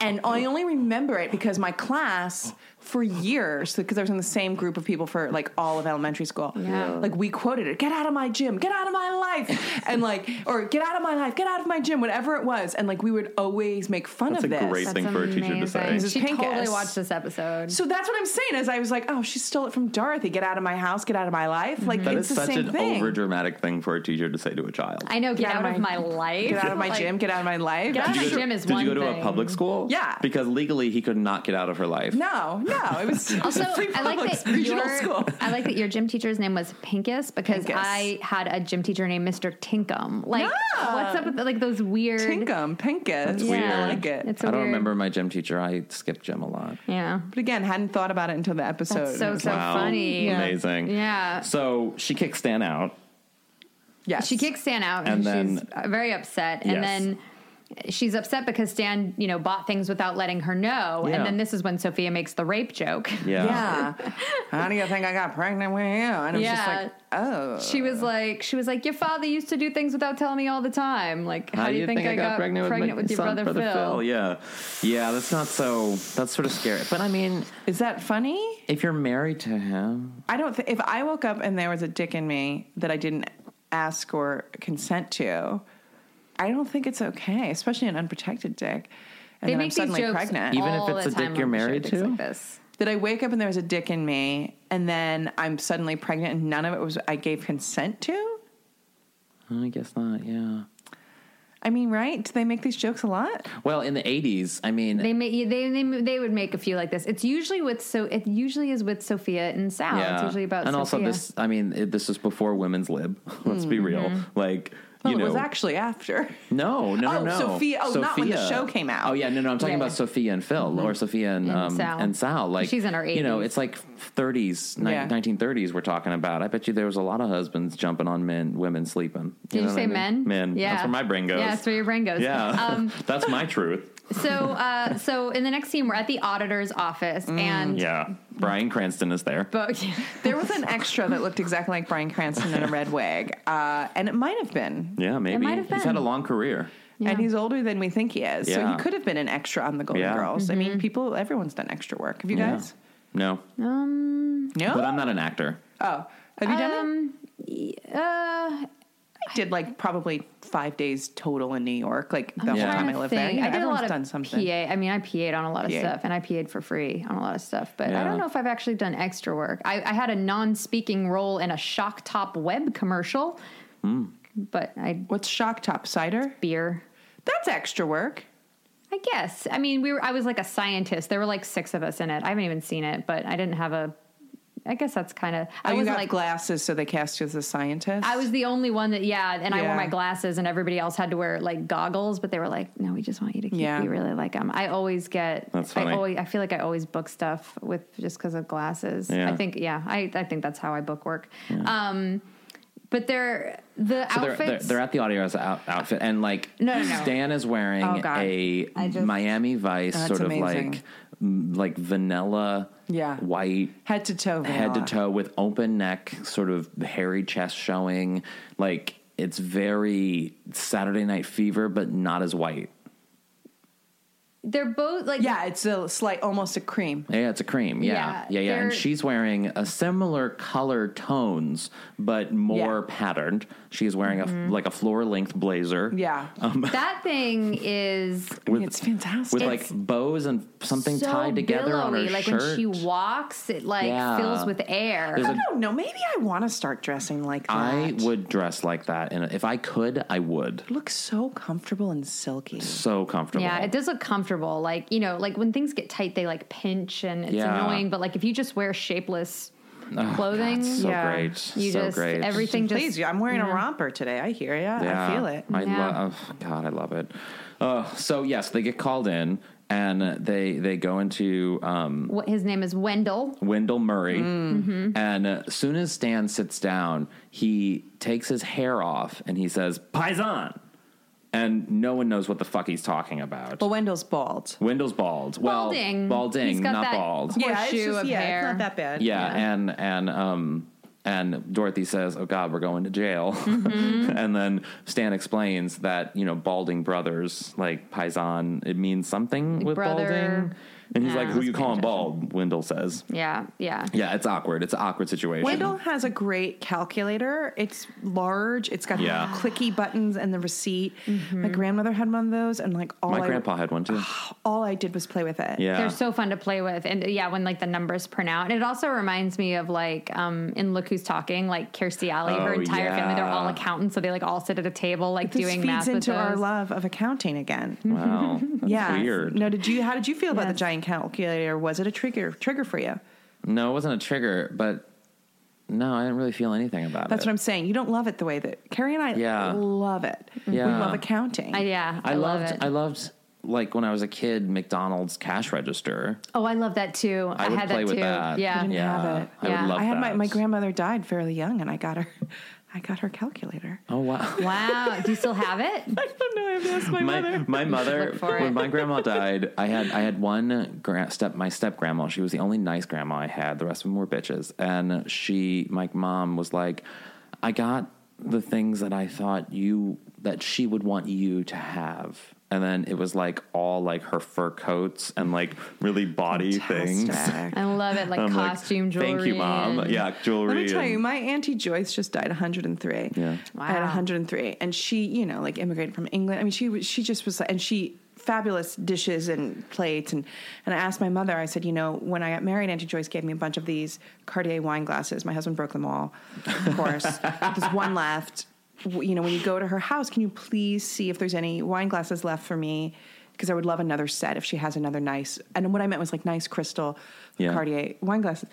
E: and I only remember it because my class for years, because I was in the same group of people for like all of elementary school,
F: Yeah.
E: like we quoted it get out of my gym get out of my life and like or get out of my life get out of my gym whatever it was and like we would always make fun
D: That's
E: of
D: a
E: this
D: great thing
F: That's
D: for a teacher to
F: amazing.
D: say.
E: Mrs.
F: She totally
E: Pincus.
F: watched this episode.
E: so that's what i'm saying is i was like oh she stole it from dorothy get out of my house get out of my life like
D: That
E: it's
D: is
E: the
D: such
E: same
D: an
E: thing
D: over dramatic thing for a teacher to say to a child.
F: I know, get, out, of my, life.
E: get out of my
F: Like,
E: gym get out of my life
F: Get out of
D: Did
F: my
D: you go to-
F: gym is
D: Did
F: one
D: you go to
F: thing.
D: a public school?
E: Yeah.
D: Because legally he could not get out of her life.
E: no no it was it was
F: Also,
E: a free
F: I like
E: public
F: that
E: regional
F: your
E: school
F: I like that your gym teacher's name was Pinkus because
E: Pincus.
F: I had a gym teacher named Mr. Tinkum. Like,
E: Yeah.
F: what's up with like those weird?
E: tinkum pinkus
D: Yeah. weird.
E: i like it
F: It's a
D: I don't
F: weird-
D: remember my gym teacher. I skipped gym a lot.
F: Yeah,
E: but again hadn't thought about it until the episode
F: That's so
E: It was
F: so
E: like,
D: Wow.
F: funny.
D: Amazing.
F: Yeah.
D: So she kicks Stan out.
E: yes
F: She kicks Stan out, and,
D: And then-
F: she's uh, very upset. And
D: Yes.
F: then she's upset because Stan, you know, bought things without letting her know.
D: Yeah.
F: And then this is when Sophia makes the rape joke.
D: Yeah.
E: How do you think I got pregnant with you? And it was just
F: Yeah.
E: like, oh.
F: She was like, she was like, your father used to do things without telling me all the time. Like, how, do you think, I got, pregnant, with,
D: my
F: your
D: son,
F: brother, Phil?
D: Oh, Yeah, yeah. That's not so. That's sort of scary. But I mean,
E: Is that funny?
D: if you're married to him,
E: I don't. Th- if I woke up and there was a dick in me that I didn't ask or consent to, I don't think it's okay, especially an unprotected dick. And
F: They
E: then
F: make
E: I'm
F: these
E: suddenly
F: jokes
E: pregnant.
D: Even if
F: all
D: it's
F: the
D: a dick
F: time
D: you're
F: on the show,
D: married
F: things
D: to?
F: Like this.
E: Did I wake up and there was a dick in me, and then I'm suddenly pregnant, and none of it was I gave consent to?
D: I guess not. Yeah.
E: I mean, right? Do they make these jokes a lot?
D: Well, in the '80s, I mean,
F: They may they, they they would make a few like this. It's usually with so it usually is with Sophia and Sal. It's usually about
D: and also
F: Sophia.
D: this. I mean, it, this is before women's lib. Let's
F: Mm-hmm.
D: be real. Like
E: Well,
F: Oh,
D: you know,
E: it was actually after.
D: no, no,
E: Oh,
D: no, no.
E: Sophia- oh, not when the show came out. Mm-hmm.
D: Oh yeah, no, no. I'm talking
F: Yeah,
D: about
F: yeah.
D: Sophia and Phil, or Sophia and,
F: And
D: um,
F: Sal.
D: and Sal. Like
F: She's in her
D: You know,
F: 80s.
D: it's like 30s, ni-
E: Yeah.
D: 1930s. We're talking about. I bet you there was a lot of husbands jumping on men, women sleeping.
F: Did you,
D: know what
F: say
D: I mean?
F: men?
D: Men.
F: Yeah.
D: That's where my brain goes.
F: Yeah, that's where your brain goes.
D: Yeah.
F: Um,
D: that's my truth.
F: so uh, so in the next scene, we're at the auditor's office, and
D: Mm, Yeah. Brian Cranston is there.
F: but
E: There was an extra that looked exactly like Brian Cranston in a red wig, uh, and it might have been.
D: yeah, maybe.
F: might have
D: He's had
F: been.
D: a long career.
F: Yeah.
E: And he's older than we think he is, so
D: Yeah.
E: he could have been an extra on the Golden
D: Yeah.
E: Girls. I
F: Mm-hmm.
E: mean, people, everyone's done extra work. Have you
D: Yeah.
E: guys?
D: No.
F: um
E: No,
D: But I'm not an actor.
E: Oh, have you done it?
F: um uh
E: I did like probably five days total in New York, like the whole
D: Yeah.
E: time
F: trying
E: I
F: to
E: lived there.
F: think.
E: Yeah,
F: I did a
E: everyone's
F: lot of
E: done something.
F: PA. I mean, I PA'd on a lot of
E: PA.
F: stuff, and I PA'd for free on a lot of stuff. But I
D: Yeah.
F: don't know if I've actually done extra work. I, I had a non-speaking role in a shock top web commercial,
E: Hmm.
F: but I
E: What's shock top cider?
F: beer.
E: That's extra work.
F: I guess. I mean, we were. I was like a scientist. There were like six of us in it. I haven't even seen it, but I didn't have a. I guess that's kind of. I
E: Oh, you
F: was
E: got
F: like.
E: glasses, so they cast you as a scientist.
F: I was the only one that, yeah, and I
E: Yeah.
F: wore my glasses, and everybody else had to wear like goggles. But they were like, "No, we just want you to keep
E: Yeah.
F: you really like them." I always get,
D: That's
F: I
D: funny.
F: always, I feel like I always book stuff with just because of glasses.
D: Yeah.
F: I think, yeah, I, I think that's how I book work. Um, but they're the
D: So they're,
F: outfits.
D: they're, they're at the audio's out, outfit, and like
F: No, no, no.
D: Stan is wearing
F: Oh, God.
D: a
F: I just-
D: Miami Vice
E: That's
D: sort of
E: amazing.
D: like m- like vanilla,
E: Yeah.
D: white
E: head to toe.
D: head to
E: vanilla.
D: toe with open neck, sort of hairy chest showing. Like it's very Saturday Night Fever, but not as white.
F: they're both like,
E: Yeah, it's a slight, almost a cream.
D: Yeah, it's a cream. Yeah,
F: Yeah,
D: yeah, yeah.
F: they're-
D: And she's wearing a similar color tones, but more patterned. She's wearing a like a floor length blazer.
E: Yeah,
F: that thing is
D: Uh, with,
E: it's fantastic.
D: with
F: It's
D: like bows and something
F: so
D: tied together on her
F: billowy. Like
D: shirt.
F: when she walks, it like
D: Yeah.
F: fills with air.
D: There's
E: I
D: a-
E: don't know. Maybe I want to start dressing like that.
D: I would dress like that, and if I could, I would.
E: look so comfortable and silky.
D: So comfortable.
F: Yeah, it does look comfortable. Like, you know, like when things get tight, they like pinch and it's
D: Yeah. Oh,
F: annoying. But like if you just wear shapeless clothing,
D: So
E: Yeah.
D: great.
F: you
D: so
F: just,
D: great.
F: everything just.
E: Please, I'm wearing a romper today. I hear ya. I feel it.
D: I
F: Yeah.
D: love. oh, God, I love it. Uh, so yes, they get called in, and they they go into um,
F: What, his name is Wendell.
D: Wendell Murray,
F: Mm. Mm-hmm.
D: and uh, soon as Stan sits down, he takes his hair off and he says "Paisan," and no one knows what the fuck he's talking about.
E: But Wendell's bald.
D: Wendell's bald. Well,
F: Balding. He's
D: balding,
F: got
D: not
F: that-
D: bald.
F: Horseshoe of
E: yeah,
F: hair.
E: it's not that bad.
D: yeah, and and um and Dorothy says, "Oh God, we're going to jail."
F: Mm-hmm.
D: and then Stan explains that you know, balding brothers like Paisan, it means something with
F: Brother.
D: balding. And he's
F: Yeah.
D: like, "Who you calling bald?" Wendell says.
F: Yeah, yeah.
D: Yeah, it's awkward. It's an awkward situation.
E: Wendell has a great calculator. It's large. It's got
D: Yeah.
E: clicky buttons and the receipt.
F: Mm-hmm.
E: My grandmother had one of those, and like all
D: My
E: I,
D: grandpa had one too.
E: all I did was play with it.
D: Yeah,
F: Ah, They're so fun to play with. And yeah, when like the numbers print out. And it also reminds me of like um, in Look Who's Talking, like Kirstie Alley, her
D: Oh,
F: entire family, they're all
D: yeah.
F: accountants. So they like all sit at a table, like
E: This
F: doing
E: feeds
F: math. with
E: into our
F: those. Mm-hmm.
E: love of accounting again.
D: wow. That's
E: yeah,
D: weird.
E: No, did you? How did you feel about the
F: Yes.
E: giant calculator? Was it a trigger trigger for you?
D: No, it wasn't a trigger, but no, I didn't really feel anything about
E: That's
D: it.
E: what I'm saying. You don't love it the way that Carrie and I
D: Uh, Yeah.
E: love it.
D: Yeah.
E: We love accounting.
F: I, yeah, I,
D: I,
F: love
D: loved.
F: it.
D: I loved like when I was a kid, McDonald's cash register.
F: oh, I love that too. I,
D: I would
F: had
D: play
F: that
D: with
F: too.
D: that.
F: Yeah.
E: didn't
D: yeah,
E: have it.
D: I
F: Yeah.
D: would love
E: I had
D: that.
E: my, my grandmother died fairly young, and I got her I got her calculator.
D: Oh wow.
F: Wow. Do you still have it?
E: I don't know. I have to ask my,
D: my
E: mother.
D: my mother
F: look for it.
D: when my grandma died i had i had one gra- step my step grandma she was the only nice grandma i had the rest of them were bitches and she my mom was like i got the things that i thought you that she would want you to have and then it was like all like her fur coats and like really body things
E: Fantastic.
F: I love it. Like
D: I'm like,
F: costume jewelry.
D: thank you mom
F: and-
D: yeah jewelry
E: Let me tell
D: and-
E: you, my auntie Joyce just died 103.
D: Yeah.
E: At
F: Wow.
E: 103, and she, you know, like immigrated from England. I mean, she was, she just was, and she fabulous dishes and plates and and I asked my mother. I said, you know, when I got married, Auntie Joyce gave me a bunch of these Cartier wine glasses. My husband broke them all, of course. There's one left. W- You know, when you go to her house, can you please see if there's any wine glasses left for me? Because I would love another set if she has another nice. And what I meant was like nice crystal
D: Yeah.
E: Cartier wine glasses.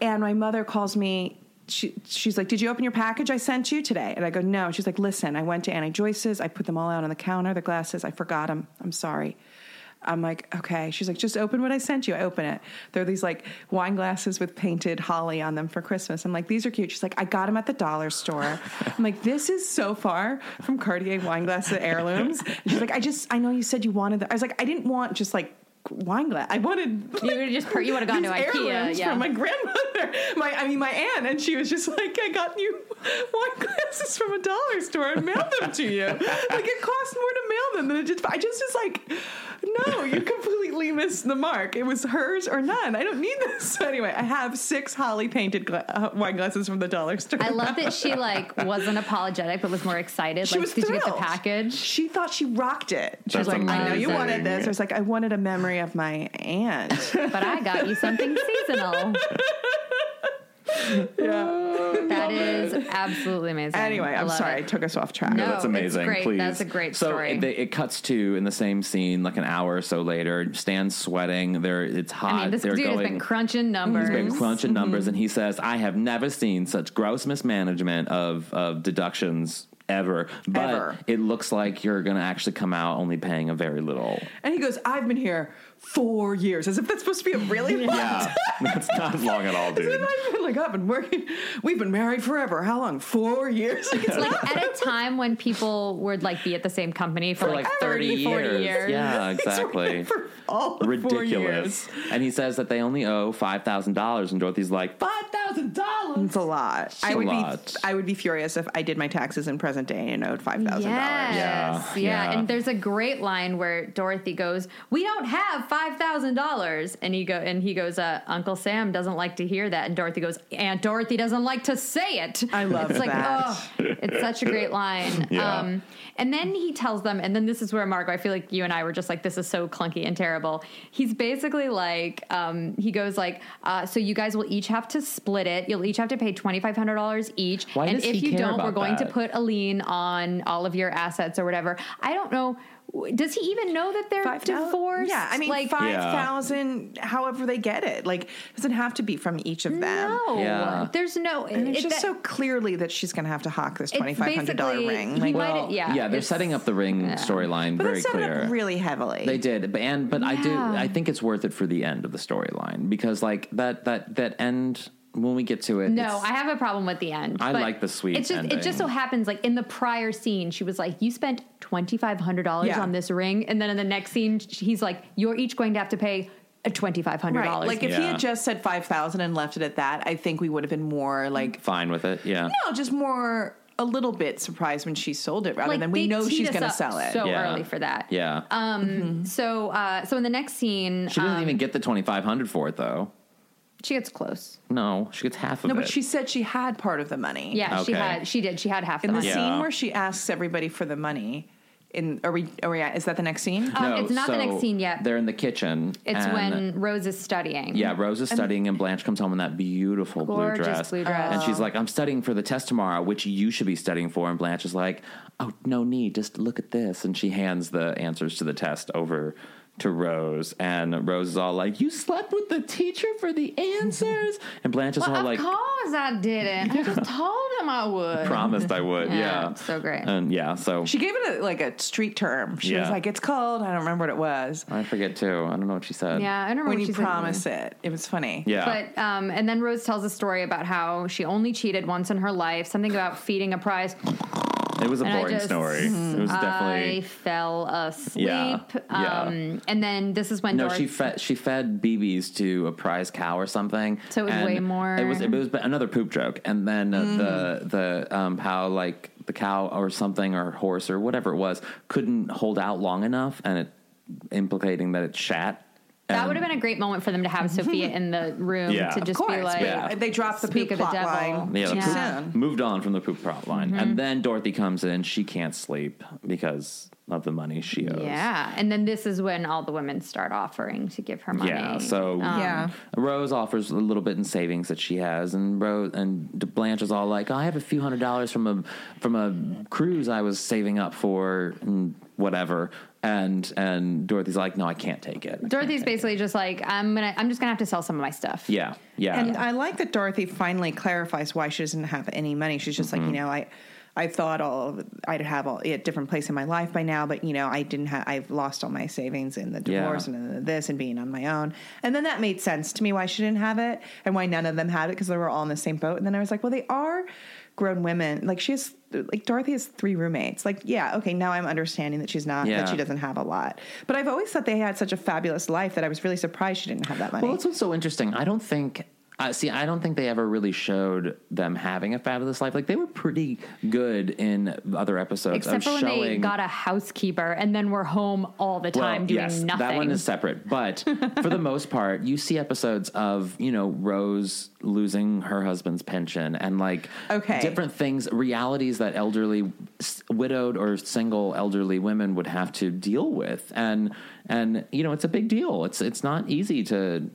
E: And my mother calls me. She, she's like, "Did you open your package I sent you today?" And I go, "No." She's like, "Listen, I went to Annie Joyce's. I put them all out on the counter. The glasses. I forgot them. I'm sorry." I'm like, "Okay." She's like, "Just open what I sent you." I open it. There are these like wine glasses with painted holly on them for Christmas. I'm like, "These are cute." She's like, "I got them at the dollar store." I'm like, "This is so far from Cartier wine glass heirlooms." And she's like, "I just, I know you said you wanted." Them. I was like, "I didn't want just like." Wine glass. I wanted
F: You would've just per- you would've gone
E: these
F: to IKEA,
E: heirlooms
F: yeah.
E: from my grandmother. My, I mean, my aunt, and she was just like, "I got you wine glasses from a dollar store and mailed them to you. like it cost more to mail them than it did." I just was like, "No, you completely missed the mark. It was hers or none. I don't need this." So anyway, I have six holly painted gla- uh, wine glasses from the dollar store.
F: I love that she like wasn't apologetic, but was more excited.
E: She
F: like,
E: was
F: did you get the
E: thrilled.
F: package?
E: She thought she rocked it. She was
D: That's
E: like, "I know you
F: amazing.
E: wanted this." I was like, "I wanted a memory of my aunt."
F: But I got you something seasonal. That is absolutely amazing.
E: anyway,
F: I
E: I'm
F: love
E: sorry, I
F: it.
E: took us off track.
F: No.
D: that's
F: Oh, it's
D: amazing.
F: great.
D: Please,
F: That's a great
D: so
F: story.
D: It, they, it cuts to in the same scene, like an hour or so later. Stan's sweating. There, it's hot.
F: I mean, this
D: They're
F: dude has
D: going-
F: been Mm-hmm. crunching numbers.
D: He's been crunching numbers, and he says, "I have never seen such gross mismanagement of of deductions." Ever, but
E: Ever.
D: it looks like you're gonna actually come out only paying a very little.
E: And he goes, I've been here four years. As if that's supposed to be a really long
D: Yeah, that's not long at all, dude.
E: I've been like, I've been working. We've been married forever. How long? Four years? Like, it's
F: like at a time when people would like be at the same company for, like, 30, 40 years.
D: Yeah, exactly.
E: for all of four
D: Ridiculous.
E: years.
D: And he says that they only owe five thousand dollars, and Dorothy's like,
E: Five thousand dollars. It's a lot. I
D: a
E: would
D: lot.
E: be. I would be furious if I did my taxes in present day and owed five thousand dollars.
F: Yes.
D: Yeah,
F: Yeah.
D: yeah.
F: And there's a great line where Dorothy goes, "We don't have five thousand dollars," and he go and he goes, uh, "Uncle Sam doesn't like to hear that," and Dorothy goes, "Aunt Dorothy doesn't like to say it."
E: I love
F: it's
E: that.
F: Like, oh, it's such a great line.
D: Yeah.
F: Um, and then he tells them, and then this is where Margo, I feel like you and I were just like, this is so clunky and terrible. He's basically like, um, he goes like, uh, so you guys will each have to split it. You'll each have to pay twenty five hundred dollars each.
D: Why
F: and
D: does
F: if
D: he
F: you
D: care
F: don't, we're
D: about
F: going to
D: that?
F: put a lien on all of your assets or whatever. I don't know. W- Does he even know that they're divorced?
E: Yeah, I mean
F: like
E: five thousand. However, they get it. Like, it doesn't have to be from each of them.
F: No,
D: Yeah.
F: there's no.
E: And it's
F: it-
E: just
F: that-
E: so clearly that she's going to have to hawk this
F: It's
E: twenty five hundred dollar
F: basically-
E: ring.
F: he
E: Like,
F: might-
E: well,
F: yeah.
D: yeah, they're
F: it's-
D: setting up the ring storyline
E: but
D: very
E: they set
D: clear.
E: it up really heavily.
D: They did, but and but I do.
F: Yeah.
D: I think it's worth it for the end of the storyline because like that that that end when we get to it.
F: No,
D: it's-
F: I have a problem with the end.
D: I
F: but
D: like the sweet
F: It's just it
D: ending.
F: just so happens like in the prior scene, she was like, "You spent twenty five hundred dollars
E: Yeah.
F: on this ring," and then in the next scene, sh- he's like, "You're each going to have to pay twenty five hundred dollars."
E: Like if he
D: Yeah.
E: had just said five thousand and left it at that, I think we would have been more like
D: fine with it. Yeah.
E: no, just more a little bit surprised when she sold it rather
F: Like,
E: than we
F: they
E: know
F: teed
E: she's
F: us
E: going to
F: up
E: sell it. Mm-hmm.
F: so
D: Yeah.
F: early for that.
D: Yeah.
F: Um. So uh. So in the next scene,
D: she doesn't
F: um,
D: even get the twenty five hundred for it though.
F: she gets close.
D: No, she gets half of
E: no,
D: it.
E: but she said she had part of the money.
F: Yeah. She
D: Okay.
F: had. She did. She had half the
E: In the
F: money.
D: Yeah.
E: scene where she asks everybody for the money, in are we? Are we? At, is that the next scene?
F: um, it's not the next scene yet.
D: They're in the kitchen.
F: It's
D: and-
F: when Rose is studying.
D: Yeah, Rose is studying, and Blanche comes home in that beautiful blue
F: Gorgeous
D: dress.
F: blue dress.
D: And she's like, I'm studying for the test tomorrow, which you should be studying for. And Blanche is like, Oh, no need. Just look at this. And she hands the answers to the test over to Rose. And Rose is all like, You slept with the teacher for the answers. And Blanche is
F: Well,
D: all
F: of
D: like,
F: course I didn't. I just told them I would.
D: Promised I would.
F: Yeah,
D: Yeah.
F: so great.
D: And yeah, so
E: She gave it a, like a street term. She was
D: Yeah.
E: like, "It's called." I don't remember what it was.
D: I forget too. I don't know what she said.
F: yeah, I don't remember
E: When
F: what
E: you
F: she said.
E: promise it, it was funny.
D: Yeah.
F: But um, and then Rose tells a story about how she only cheated once in her life. Something about feeding a prize.
D: It was a
F: And I
D: boring
F: just- Mm-hmm.
D: story. It was
F: I
D: definitely
F: fell asleep.
D: Yeah, yeah.
F: Um, and then this is when
D: no.
F: Dorothy-
D: She fed she fed BBs to a prize cow or something.
F: So it was
D: and
F: way more- Mm.
D: It was it was another poop joke, and then uh, the the um how like the cow or something or horse or whatever it was couldn't hold out long enough, and it implicating that it shat.
F: that
D: And-
F: would have been a great moment for them to have Sophia in the room
D: Yeah.
F: to
D: Of
F: just
E: Of course,
F: be like,
E: but
D: Yeah.
E: they dropped the
F: Speak
E: poop
F: of the
E: plot
F: devil.
E: line
D: Yeah,
E: too
D: the
F: Yeah. Mm-hmm.
E: soon.
D: poop, moved on from the poop prop line, and then Dorothy comes in. She can't sleep because of the money she owes.
F: yeah. And then this is when all the women start offering to give her money.
D: Yeah,
F: um,
D: so
E: Yeah.
D: Rose offers a little bit in savings that she has, and Rose and Blanche is all like, "Oh, "I have a few hundred dollars from a from a cruise I was saving up for, and whatever." And and Dorothy's like, "No, I can't take it." I can't
F: Dorothy's
D: take it."
F: basically just like, I'm gonna, I'm just gonna have to sell some of my stuff.
D: yeah, yeah,
E: And I like that Dorothy finally clarifies why she doesn't have any money. She's just
D: Mm-hmm.
E: like, you know, I, I thought all of, I'd have all a different place in my life by now, but you know, I didn't have. I've lost all my savings in the
D: Yeah.
E: divorce and in the this and being on my own. And then that made sense to me why she didn't have it and why none of them had it because they were all in the same boat. And then I was like, well, they are grown women. Like she has, like Dorothy has three roommates. Like, yeah, okay, now I'm understanding that she's not
D: Yeah.
E: that she doesn't have a lot. But I've always thought they had such a fabulous life that I was really surprised she didn't have that money.
D: Well, that's what's so interesting. I don't think. Uh, see, I don't think they ever really showed them having a fabulous life. Like they were pretty good in other episodes.
F: Except
D: of
F: for when
D: showing,
F: they got a housekeeper and then we're home all the time doing nothing.
D: That one is separate. But for the most part, you see episodes of, you know, Rose losing her husband's pension and like
E: Okay.
D: different things, realities that elderly, s- widowed or single elderly women would have to deal with. And, and, you know, it's a big deal. It's, it's not easy to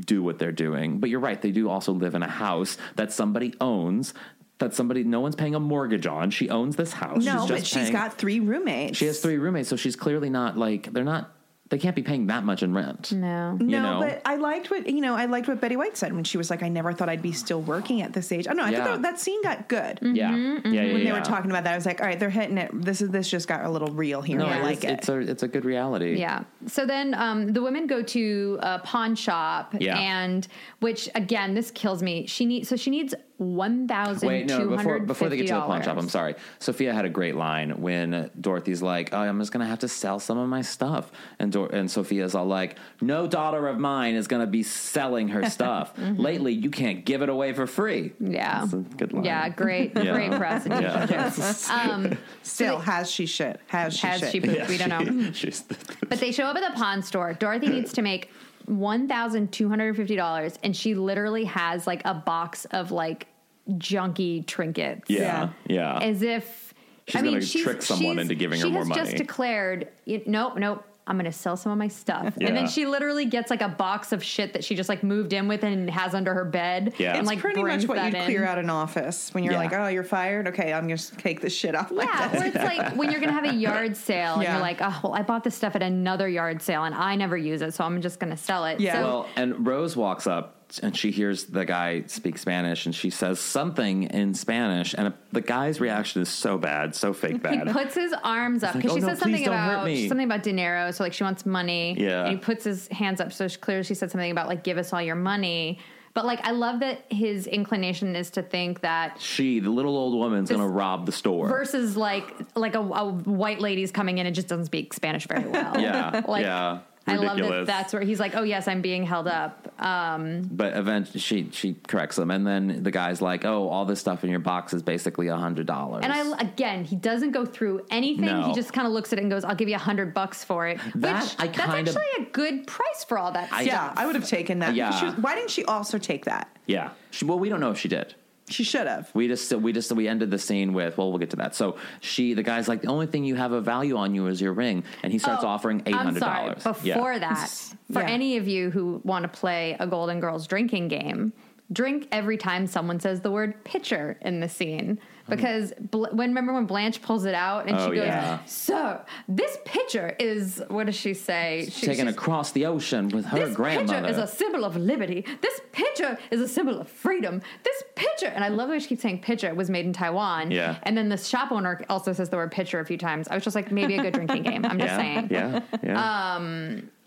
D: do what they're doing. But you're right. They do also live in a house that somebody owns. That somebody, no one's paying a mortgage on. She owns this house.
E: No,
D: she's
E: but
D: just
E: she's
D: paying-
E: got three roommates.
D: she has three roommates, so she's clearly not like they're not. They can't be paying that much in rent.
F: no.
E: No,
D: know.
E: but Mm-hmm, I liked what you know. I liked what Betty White said when she was like, "I never thought I'd be still working at this age." I don't know. I
D: Yeah.
E: thought that, that scene got good
F: Mm.
D: Yeah, yeah, yeah.
E: when they
D: yeah.
E: were talking about that. I was like, "All right, they're hitting it. This is this just got a little real here.
D: No,
E: I
D: it's,
E: like it."
D: It's a it's a good reality.
F: Yeah. So then um, the women go to a pawn shop,
D: Yeah.
F: and which again, this kills me. She needs so she needs one thousand.
D: Wait, no, before before they get to the pawn shop, I'm sorry. Sophia had a great line when Dorothy's like, "Oh, I'm just gonna have to sell some of my stuff," and Dor- and Sophia's all like, "No daughter of mine is gonna be selling her stuff. Lately, you can't give it away for free."
F: Yeah.
D: That's a good line.
F: Yeah, great,
D: Yeah.
F: great prostitution.
D: Yeah.
F: jokes. Um,
E: Still has she shit? Has she
F: has
E: shit?
F: she pooped? we don't know.
D: She's the,
F: But they show up at the pawn store. Dorothy needs to make $1,250 and she literally has like a box of like junky trinkets.
D: yeah, yeah.
F: As if
D: She's
F: I mean,
D: gonna
F: she's,
D: trick someone
F: she's-
D: into giving her
F: she
D: more
F: has just
D: money.
F: declared, y- nope, nope. I'm gonna sell some of my stuff,
D: Yeah.
F: and then she literally gets like a box of shit that she just like moved in with and has under her bed.
D: Yeah.
F: and
D: It's
F: like
E: Pretty much
F: brings
E: what
F: that
E: you'd
F: in.
E: clear out an office when you're
D: Yeah.
E: like, "Oh, you're fired. Okay, I'm gonna take this shit off my
F: Yeah,
E: desk."
F: or it's like when you're gonna have a yard sale and
E: Yeah.
F: you're like, oh well, I bought this stuff at another yard sale and I never use it, so I'm just gonna sell it.
E: Yeah.
F: So-
D: Well, and Rose walks up and she hears the guy speak Spanish and she says something in Spanish and the guy's reaction is so bad, so fake
F: He
D: bad.
F: puts his arms up
D: like,
F: because
D: "Oh,
F: she
D: no,
F: says
D: please
F: something
D: don't hurt
F: about
D: me."
F: something about dinero. So like she wants money.
D: Yeah.
F: And he puts his hands up. So she, clearly she said something about like give us all your money. But like I love that his inclination is to think that
D: she, the little old woman's going to
F: This-
D: rob the store.
F: versus like like a, a white lady's coming in and just doesn't speak Spanish very well.
D: yeah.
F: Like,
D: yeah.
F: I
D: Ridiculous.
F: love that. That's where he's like, oh yes, I'm being held up.
D: but eventually she she corrects him and then the guy's like, "Oh, all this stuff in your box is basically a $100."
F: And I again, he doesn't go through anything.
D: No.
F: He just kind of looks at it and goes, "I'll give you a hundred bucks for it,"
D: That
F: which
D: I
F: that's
D: kinda-
F: actually a good price for all that. stuff.
E: yeah, I would have taken that.
D: Yeah.
E: She was- why didn't she also take that?
D: Yeah. She, well, we don't know if she did.
E: She should have.
D: We just we just we ended the scene with well we'll get to that. So she the guy's like the only thing you have a value on you is your ring, and he starts
F: Oh,
D: offering eight
F: I'm
D: hundred
F: sorry.
D: dollars.
F: Before that, for
E: Yeah.
F: any of you who want to play a Golden Girls drinking game, drink every time someone says the word pitcher in the scene. because Bl- when remember when Blanche pulls it out and
D: Oh,
F: she goes,
D: yeah.
F: "So this picture is what does she say? She,
D: Taken
F: she's-
D: across the ocean with her
F: this
D: grandmother.
F: picture is a symbol of liberty. This picture is a symbol of freedom. This picture, and I love the way she keeps saying "picture" it was made in Taiwan.
D: Yeah.
F: And then the shop owner also says the word "picture" a few times. I was just like, maybe a good drinking game. I'm just
D: yeah,
F: saying.
D: yeah, yeah.
F: Um,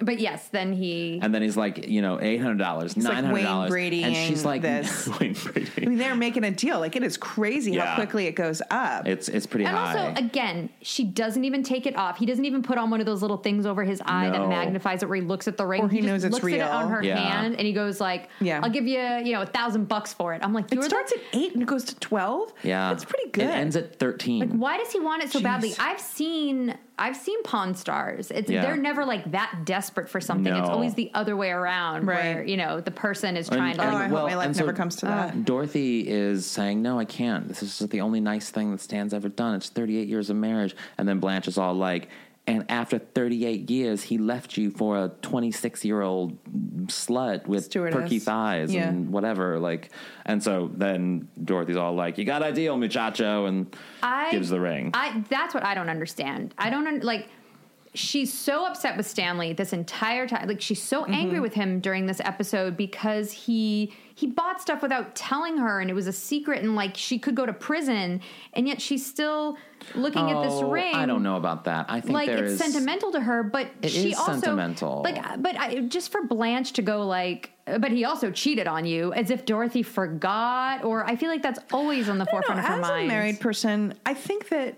F: But yes, then he.
D: And then he's like, you know, eight hundred dollars,
E: like
D: nine
E: Wayne
D: hundred dollars, and
E: Bradying
D: she's like,
E: this.
D: Wayne Brady.
E: I mean, they're making a deal. Like it is crazy
D: Yeah.
E: how quickly it goes up.
D: It's it's pretty
F: and
D: high.
F: also, again, she doesn't even take it off. He doesn't even put on one of those little things over his eye
D: No.
F: that magnifies it, where he looks at the ring.
E: Or he
F: just
E: knows it's
F: looks at
E: real.
F: it on her
D: Yeah.
F: hand, and he goes like,
E: Yeah.
F: "I'll give you, you know, a thousand bucks for it." I'm like,
E: it
F: "You're the-
E: starts at eight and it goes to twelve.
D: yeah,
E: that's pretty good.
D: It ends at thirteen.
F: Why does he want it so badly?
E: Jeez.
F: I've seen I've seen Pawn Stars. It's
D: Yeah.
F: they're never like that desperate for something. It's
D: No.
F: always the other way around, where
E: Right.
F: you know the person is
D: And-
F: trying
E: Oh,
F: to.
E: I
D: and
E: hope my life
D: and
E: never comes to that.
D: Dorothy is saying, "No, I can't. This is the only nice thing that Stan's ever done. It's 38 years of marriage." And then Blanche is all like, "And after 38 years, he left you for a 26-year-old slut with
E: Stewardess.
D: perky thighs
E: Yeah.
D: and whatever." Like, and so then Dorothy's all like, "You got a deal, muchacho," and
F: I
D: gives the ring.
F: I that's what I don't understand. I don't un- like. She's so upset with Stanley this entire time. Like she's so
D: Mm-hmm.
F: angry with him during this episode because he he bought stuff without telling her, and it was a secret, and like she could go to prison, and yet she's still looking at this
D: Oh,
F: ring.
D: I don't know about that. I think
F: like
D: there
F: it's
D: is-
F: sentimental to her, but
D: It
F: she
D: is
F: also
D: sentimental.
F: Like, uh, but I, just for Blanche to go like, uh, but he also cheated on you, as if Dorothy forgot, or I feel like that's always on the
E: I don't
F: forefront
E: know,
F: of her
E: as
F: mind.
E: a married person, I think that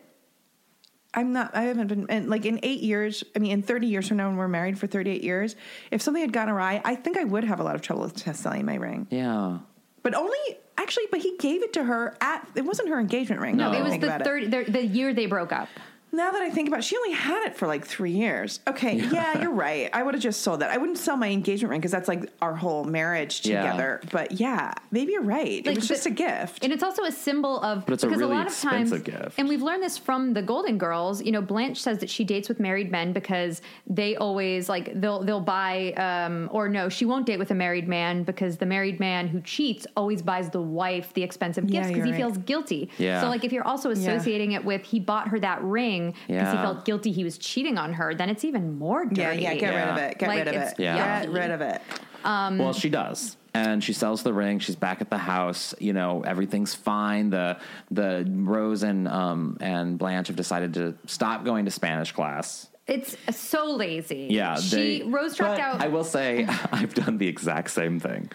E: I'm not. I haven't been and like in eight years. I mean, in 30 years from now, when we're married for 38 years, if something had gone awry, I think I would have a lot of trouble with t- selling my ring.
D: yeah.
E: But only actually, but he gave it to her at. It wasn't her engagement ring.
F: no,
E: now that
F: it
E: I
F: was
E: Oh, think
F: the
E: about it.
F: thirty, the, the year they broke up.
E: Now that I think about, it, she only had it for like three years. Okay, yeah, you're right. I would have just sold that. I wouldn't sell my engagement ring because that's like our whole marriage
D: Yeah.
E: together. But yeah, maybe you're right.
F: Like,
E: it was
F: the-
E: just a gift.
F: And it's also a symbol of
D: But it's a
F: because
D: really
F: lot of times,
D: expensive gift.
F: and we've learned this from the Golden Girls. You know, Blanche says that she dates with married men because they always like they'll they'll buy um, or no, she won't date with a married man because the married man who cheats always buys the wife the expensive
E: Yeah,
F: gifts because
E: you're
F: he
E: right.
F: feels guilty.
D: Yeah.
F: So like if you're also
E: Yeah.
F: associating it with he bought her that ring because he
D: Yeah.
F: felt guilty he was cheating on her, then it's even more dirty.
E: yeah, yeah, get rid
D: Yeah.
E: of it. Get
F: Like,
E: rid of
F: it's
E: it.
D: Yeah.
E: Get
F: yucky.
E: rid of it.
D: well,
F: Mm.
D: she does. And she sells the ring. She's back at the house. You know everything's fine. The the Rose and um and Blanche have decided to stop going to Spanish class.
F: It's so lazy.
D: Yeah, they-
F: she Rose dropped
D: but
F: out.
D: I will say I've done the exact same thing.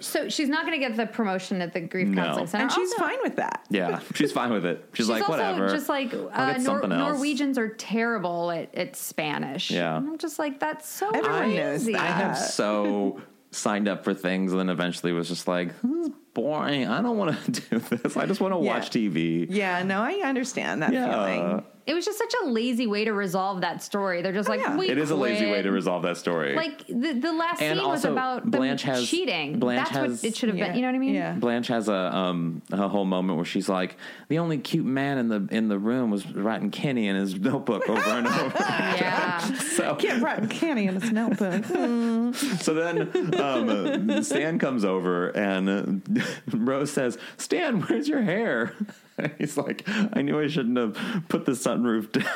F: So she's not going to get the promotion at the grief
D: No.
F: counseling center,
E: And she's
F: Also,
E: fine with that.
D: Yeah, she's fine with it. She's,
F: She's
D: like
F: also
D: whatever.
F: just like
D: I'll
F: uh,
D: get
F: Nor-
D: something else.
F: Norwegians are terrible at, at Spanish.
D: Yeah.
F: I'm just like that's so
E: Everyone
F: crazy.
E: knows that.
D: I have so signed up for things and then eventually was just like, this is boring. I don't want to do this. I just want to
E: Yeah.
D: watch TV.
E: Yeah, no, I understand that
D: Yeah.
E: feeling.
F: It was just such a lazy way to resolve that story. They're just like,
E: yeah.
F: we
D: Oh, It is a lazy
F: quit."
D: way to resolve that story.
F: Like the, the last
D: And
F: scene was
D: also,
F: about
D: Blanche
F: them
D: has-
F: cheating.
D: Blanche
F: that's
D: has-
F: what it should have
E: Yeah.
F: been. You know what I mean?
E: Yeah.
D: Blanche has a um a whole moment where she's like, the only cute man in the in the room was writing Kenny in his notebook over and over.
F: Yeah.
D: so
E: Get rotten candy in his notebook.
D: so then um, uh, Stan comes over and uh, Rose says, Stan, where's your hair? And he's like, I knew I shouldn't have put the sunroof down.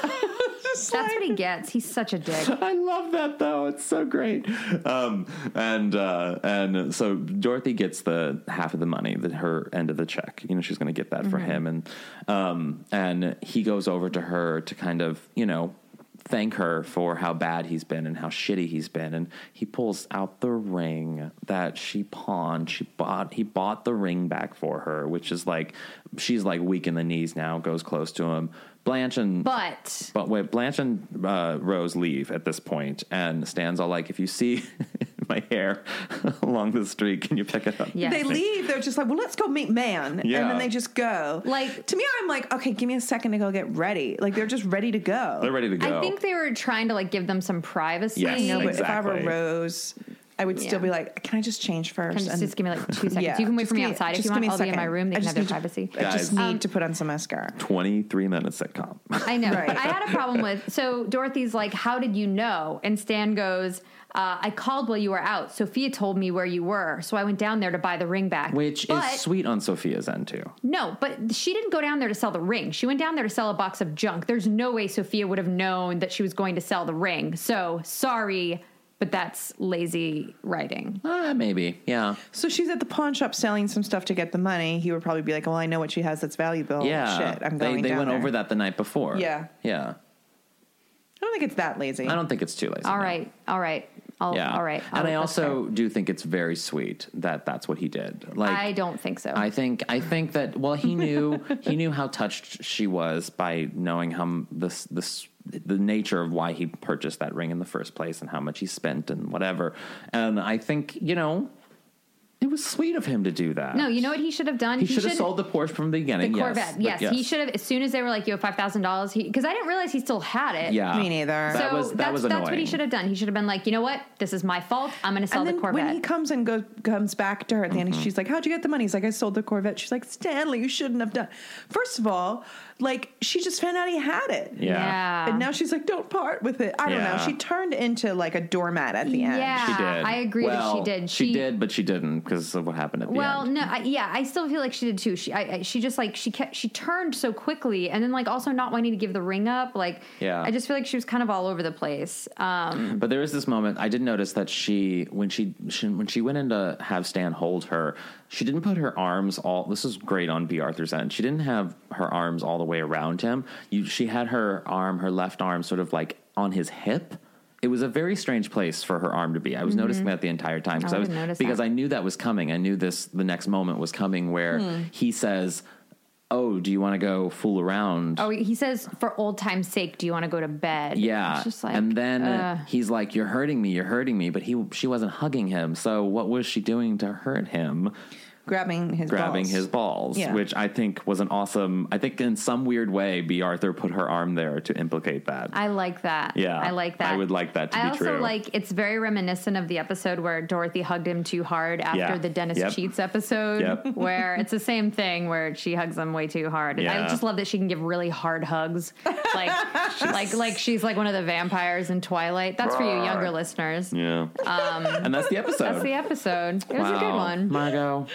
E: Just
F: that's
E: like-
F: what he gets. He's such a dick.
D: I love that though; it's so great. Um, and uh, and so Dorothy gets the half of the money, the, her end of the check. You know, she's going to get that for him, and um, and he goes over to her to kind of you know thank her for how bad he's been and how shitty he's been and he pulls out the ring that she pawned she bought he bought the ring back for her which is like she's like weak in the knees now goes close to him blanche and
F: But
D: but wait, Blanche and uh, Rose leave at this point, and Stan's all like, "If you see my hair along the street, can you pick it up?"
F: Yeah.
E: They leave. They're just like, well, let's go meet man,
D: Yeah.
E: and then they just go.
F: Like-
E: to me, I'm like, okay, give me a second to go get ready. Like they're just ready to go.
D: they're ready to go.
F: I think they were trying to like give them some privacy.
D: Yes,
E: No, but if I
D: Exactly.
E: were Rose, I would still
F: Yeah.
E: be like, can I just change first?
F: Just, just give me like two seconds.
E: Yeah.
F: You can wait
E: Just
F: for me
E: give
F: outside if
E: just
F: you
E: give
F: want.
E: me a
F: I'll be in my
E: second.
F: room. They
E: I
F: can
E: just
F: have their
E: need to-
F: privacy.
E: I just
D: Guys.
E: need to put on some mascara.
D: Twenty three minutes sitcom.
F: I know.
E: Right.
F: I had a problem with. So Dorothy's like, "How did you know?" And Stan goes, uh, "I called while you were out. Sophia told me where you were, so I went down there to buy the ring back."
D: Which
F: But-
D: is sweet on Sophia's end too.
F: No, but she didn't go down there to sell the ring. She went down there to sell a box of junk. There's no way Sophia would have known that she was going to sell the ring. So sorry, but that's lazy writing.
D: Ah, maybe. Yeah.
E: So she's at the pawn shop selling some stuff to get the money. He would probably be like, well, I know what she has that's
F: Oh,
E: valuable.
D: yeah.
E: Shit, I'm
D: they
E: going
D: they
E: down
D: went
E: there.
D: over that the night before.
E: Yeah.
D: Yeah.
E: I don't think it's that lazy.
D: I don't think it's too lazy.
F: All
D: no.
F: right, all right, I'll,
D: Yeah.
F: all right.
D: and
F: I'll-
D: I
F: that's
D: also do think it's very sweet that that's what he did. Like
F: fair. I don't think so.
D: I think I think that well he knew he knew how touched she was by knowing how m- this this the nature of why he purchased that ring in the first place and how much he spent and whatever and I think you know it was sweet of him to do that.
F: no, you know what he should have done?
D: he, should have
F: shouldn't-
D: sold the Porsche from the beginning.
F: the
D: yes,
F: Corvette.
D: but
F: Yes, he should have. As soon as they were like, "Yo, five thousand dollars," he because I didn't realize he still had it.
D: Yeah,
E: Me neither.
D: That
F: so
D: was that
F: that's
D: was
F: that's what he
D: annoying.
F: should have done. He should have been like, you know what, this is my fault. I'm going to sell
E: and
F: the
E: then
F: Corvette. Mm-hmm.
E: when he comes and goes comes back to her at the end, she's like, "How'd you get the money?" He's like, "I sold the Corvette." She's like, "Stanley, you shouldn't have done." First of all, like she just found out he had it,
D: Yeah.
F: yeah.
E: and now she's like, "Don't part with it." I don't know.
D: Yeah.
E: She turned into like a doormat at the end.
F: Yeah.
D: She did.
F: I agree that she
D: Well,
F: did.
D: She,
F: She-
D: did, but she didn't because of what happened at the
F: Well,
D: end.
F: no, I, yeah, I still feel like she did too. She, I, I, she just like she kept she turned so quickly, and then like also not wanting to give the ring up. Like,
D: Yeah.
F: I just feel like she was kind of all over the place. Um,
D: But there is this moment I did notice that she when she, she when she went in to have Stan hold her, she didn't put her arms all. This is great on B. Arthur's end. She didn't have her arms all the way around him. You, she had her arm, her left arm, sort of like on his hip. It was a very strange place for her arm to be. I was noticing that the entire time because
F: Mm-hmm. I
D: I, was
F: didn't notice
D: because
F: that.
D: I knew that was coming. I knew this the next moment was coming where
F: Hmm.
D: he says, "Oh, do you want to go fool around?"
F: oh, he says for old time's sake, do you want to go to bed?
D: Yeah,
F: It's just like,
D: and then
F: uh,
D: he's like, "You're hurting me. You're hurting me." But he, she wasn't hugging him. So what was she doing to hurt him?
E: grabbing his
D: Grabbing
E: balls.
D: his balls,
E: Yeah.
D: which I think was an awesome. I think in some weird way, B. Arthur put her arm there to implicate that.
F: I like that.
D: Yeah,
F: I like
D: I
F: that.
D: would like that to
F: I
D: be
F: also
D: true.
F: like it's very reminiscent of the episode where Dorothy hugged him too hard after
D: Yeah.
F: the Dennis
D: Yep.
F: Cheats episode,
D: Yep.
F: where it's the same thing where she hugs him way too hard. And I
D: Yeah.
F: just love that she can give really hard hugs, like like like she's like one of the vampires in Twilight. That's for you younger listeners.
D: yeah, and that's the episode.
F: Um, That's the episode. It was a good
D: Wow.
F: one.
D: Margot.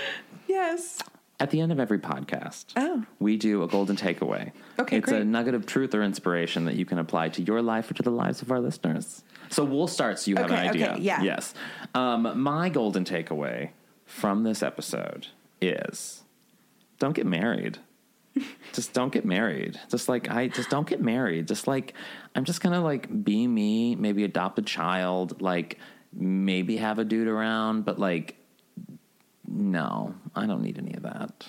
E: Yes.
D: At the end of every podcast,
E: Oh.
D: we do a golden takeaway.
E: Okay,
D: it's a
E: great.
D: nugget of truth or inspiration that you can apply to your life or to the lives of our listeners. So we'll start so you have
E: Okay,
D: an idea.
E: okay, yeah.
D: Yes. Um, my golden takeaway from this episode is don't get married. just don't get married. Just like I just don't get married. Just like I'm just gonna like be me, maybe adopt a child, like maybe have a dude around, but like no, I don't need any of that.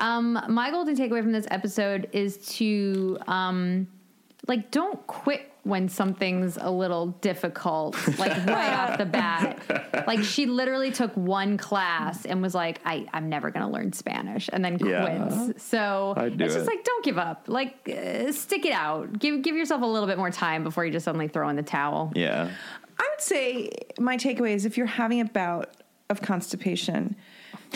F: Um, my golden takeaway from this episode is to um, like don't quit when something's a little difficult, like right off the bat. Like she literally took one class and was like, I, I'm never gonna learn Spanish, and then quits.
D: Yeah.
F: So
D: I'd do
F: it's just
D: it.
F: like don't give up. Like uh, stick it out. Give give yourself a little bit more time before you just suddenly throw in the towel.
D: Yeah.
E: I would say my takeaway is if you're having a bout of constipation,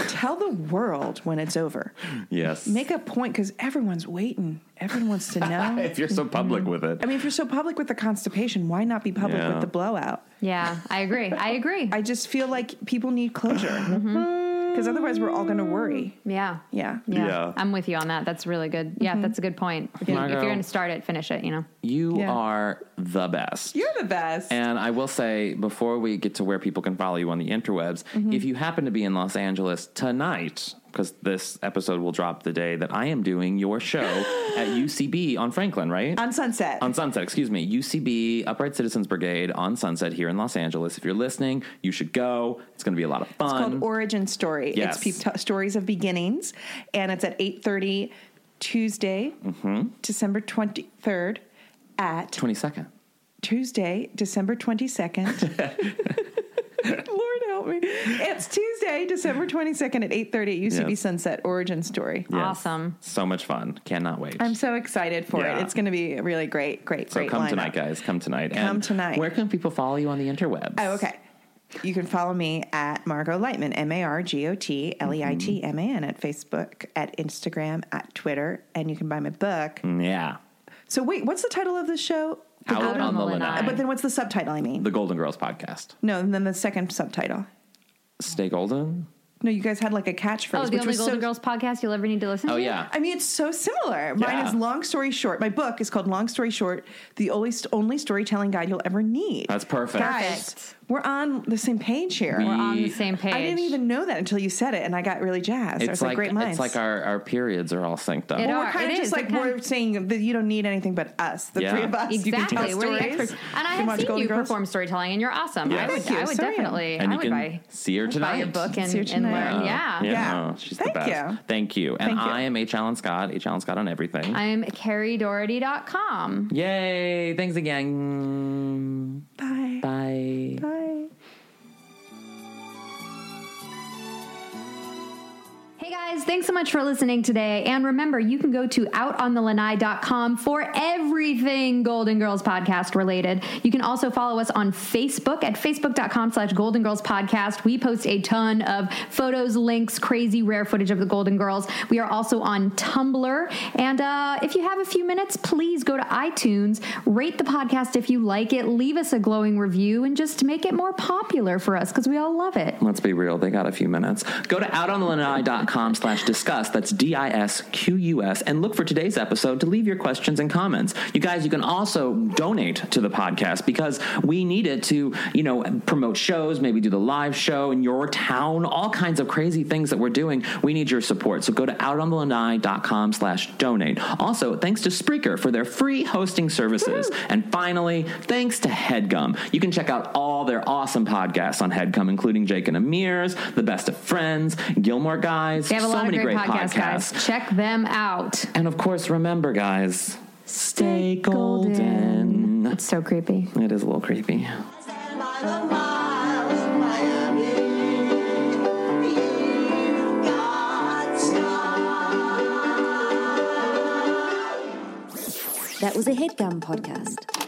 E: tell the world when it's over.
D: Yes.
E: Make a point because everyone's waiting. Everyone wants to know.
D: if you're so public with it.
E: Mm-hmm. I mean, if you're so public with the constipation, why not be public
D: Yeah.
E: with the blowout?
F: Yeah, I agree. I agree.
E: I just feel like people need closure because
F: Mm-hmm.
E: otherwise we're all going to worry.
F: yeah.
E: Yeah. Mm-hmm.
F: Yeah.
D: Yeah.
F: I'm with you on that. That's really good. Yeah, that's a good point. If, you, if you're
D: Margot.
F: going to start it, finish it, you know.
D: You
E: Yeah.
D: are the best.
E: You're the best.
D: and I will say, before we get to where people can follow you on the interwebs,
E: Mm-hmm.
D: if you happen to be in Los Angeles tonight, because this episode will drop the day that I am doing your show at UCB on Franklin, right?
E: on sunset.
D: on Sunset, excuse me, UCB Upright Citizens Brigade on Sunset here in Los Angeles. If you're listening, you should go. It's going to be a lot of
E: it's
D: fun.
E: called Origin Story.
D: Yes.
E: It's peop- stories of beginnings, and it's at eight thirty Tuesday,
D: Mm-hmm.
E: December twenty third, at
D: 22nd.
E: Tuesday, December 22nd. Lord help me. It's Tuesday, December 22nd at 8:30 at UCB
D: Yes.
E: Sunset Origin Story.
D: Yes.
F: Awesome.
D: So much fun. Cannot wait.
E: I'm so excited for
D: Yeah.
E: it. It's going to be a really great, great,
D: So
E: great
D: come
E: lineup.
D: tonight, guys. Come tonight.
E: Come tonight.
D: Where can people follow you on the interwebs?
E: Oh, okay. You can follow me at Margot Lightman, M A R G O T L E I T M A N, at Facebook, at Instagram, at Twitter, and you can buy my book.
D: Yeah.
E: So, wait, what's the title of this show? The
D: Out
E: Golden-
D: on the lanai.
E: But then what's the subtitle, I mean?
D: the Golden Girls podcast.
E: no, and then the second subtitle.
D: Stay golden.
E: No, you guys had like a catchphrase.
F: Oh, the
E: which
F: only
E: was
F: Golden
E: so,
F: Girls podcast you'll ever need to listen
D: Oh
F: to?
D: yeah.
E: I mean, it's so similar. Mine
D: Yeah.
E: is Long Story Short. My book is called Long Story Short, the only, only storytelling guide you'll ever need.
D: That's perfect.
E: Guys, we're on the same page here.
D: We-
F: We're on the same page.
E: I didn't even know that until you said it, and I got really jazzed. I was
D: It's
E: like,
D: like
E: great minds.
D: it's like our, our periods are all synced up.
F: It
E: well,
F: are.
E: we're kind
F: It
E: of
F: is.
E: just like
F: It kinda-
E: we're saying that you don't need anything but us, the
D: Yeah.
E: three of us. You can tell
F: Exactly. We're the
E: stories.
F: experts. And I
E: You can
F: have
E: watch
F: seen
E: Golden
F: you
E: Girls.
F: perform storytelling and you're awesome.
D: Yes.
F: I would,
E: Thank you.
F: I would
E: So am I.
F: definitely
D: and
F: I
D: you
F: would
D: can
F: buy,
D: see her tonight. Uh, Oh,
F: buy your book and,
E: See her
F: and
E: tonight.
F: learn. Yeah.
E: Yeah.
D: She's the
E: Thank
D: best.
E: you.
D: Thank you. And
E: Thank you.
D: I am H. Allen Scott, H. Allen Scott on everything.
F: I'm carriedoherty.com.
D: Yay. Thanks again.
E: Bye.
D: Bye.
E: Bye.
F: Hey guys, thanks so much for listening today. And remember, you can go to outonthelanai.com for everything Golden Girls podcast related. You can also follow us on Facebook at facebook.com slash Golden Girls podcast. We post a ton of photos, links, crazy rare footage of the Golden Girls. We are also on Tumblr. And uh, if you have a few minutes, please go to iTunes, rate the podcast if you like it, leave us a glowing review, and just make it more popular for us because we all love it.
D: Let's be real. They got a few minutes. Go to outonthelanai.com slash discuss. That's D-I-S-Q-U-S. And look for today's episode to leave your questions and comments. You guys, you can also donate to the podcast because we need it to, you know, promote shows, maybe do the live show in your town, all kinds of crazy things that we're doing. We need your support. So go to outonthelanai.com slash donate. Also, thanks to Spreaker for their free hosting services. And finally, thanks to HeadGum. You can check out all their awesome podcasts on HeadGum, including Jake and Amir's, The Best of Friends, Gilmore Guys,
F: They have a
D: so
F: lot of
D: many
F: great,
D: great,
F: podcasts,
D: podcasts.
F: guys. Check them out.
D: And of course, remember, guys, stay golden.
F: It's so creepy.
D: It is a little creepy.
B: Stand by the miles of Miami. You've got style.
C: That was a headgum podcast.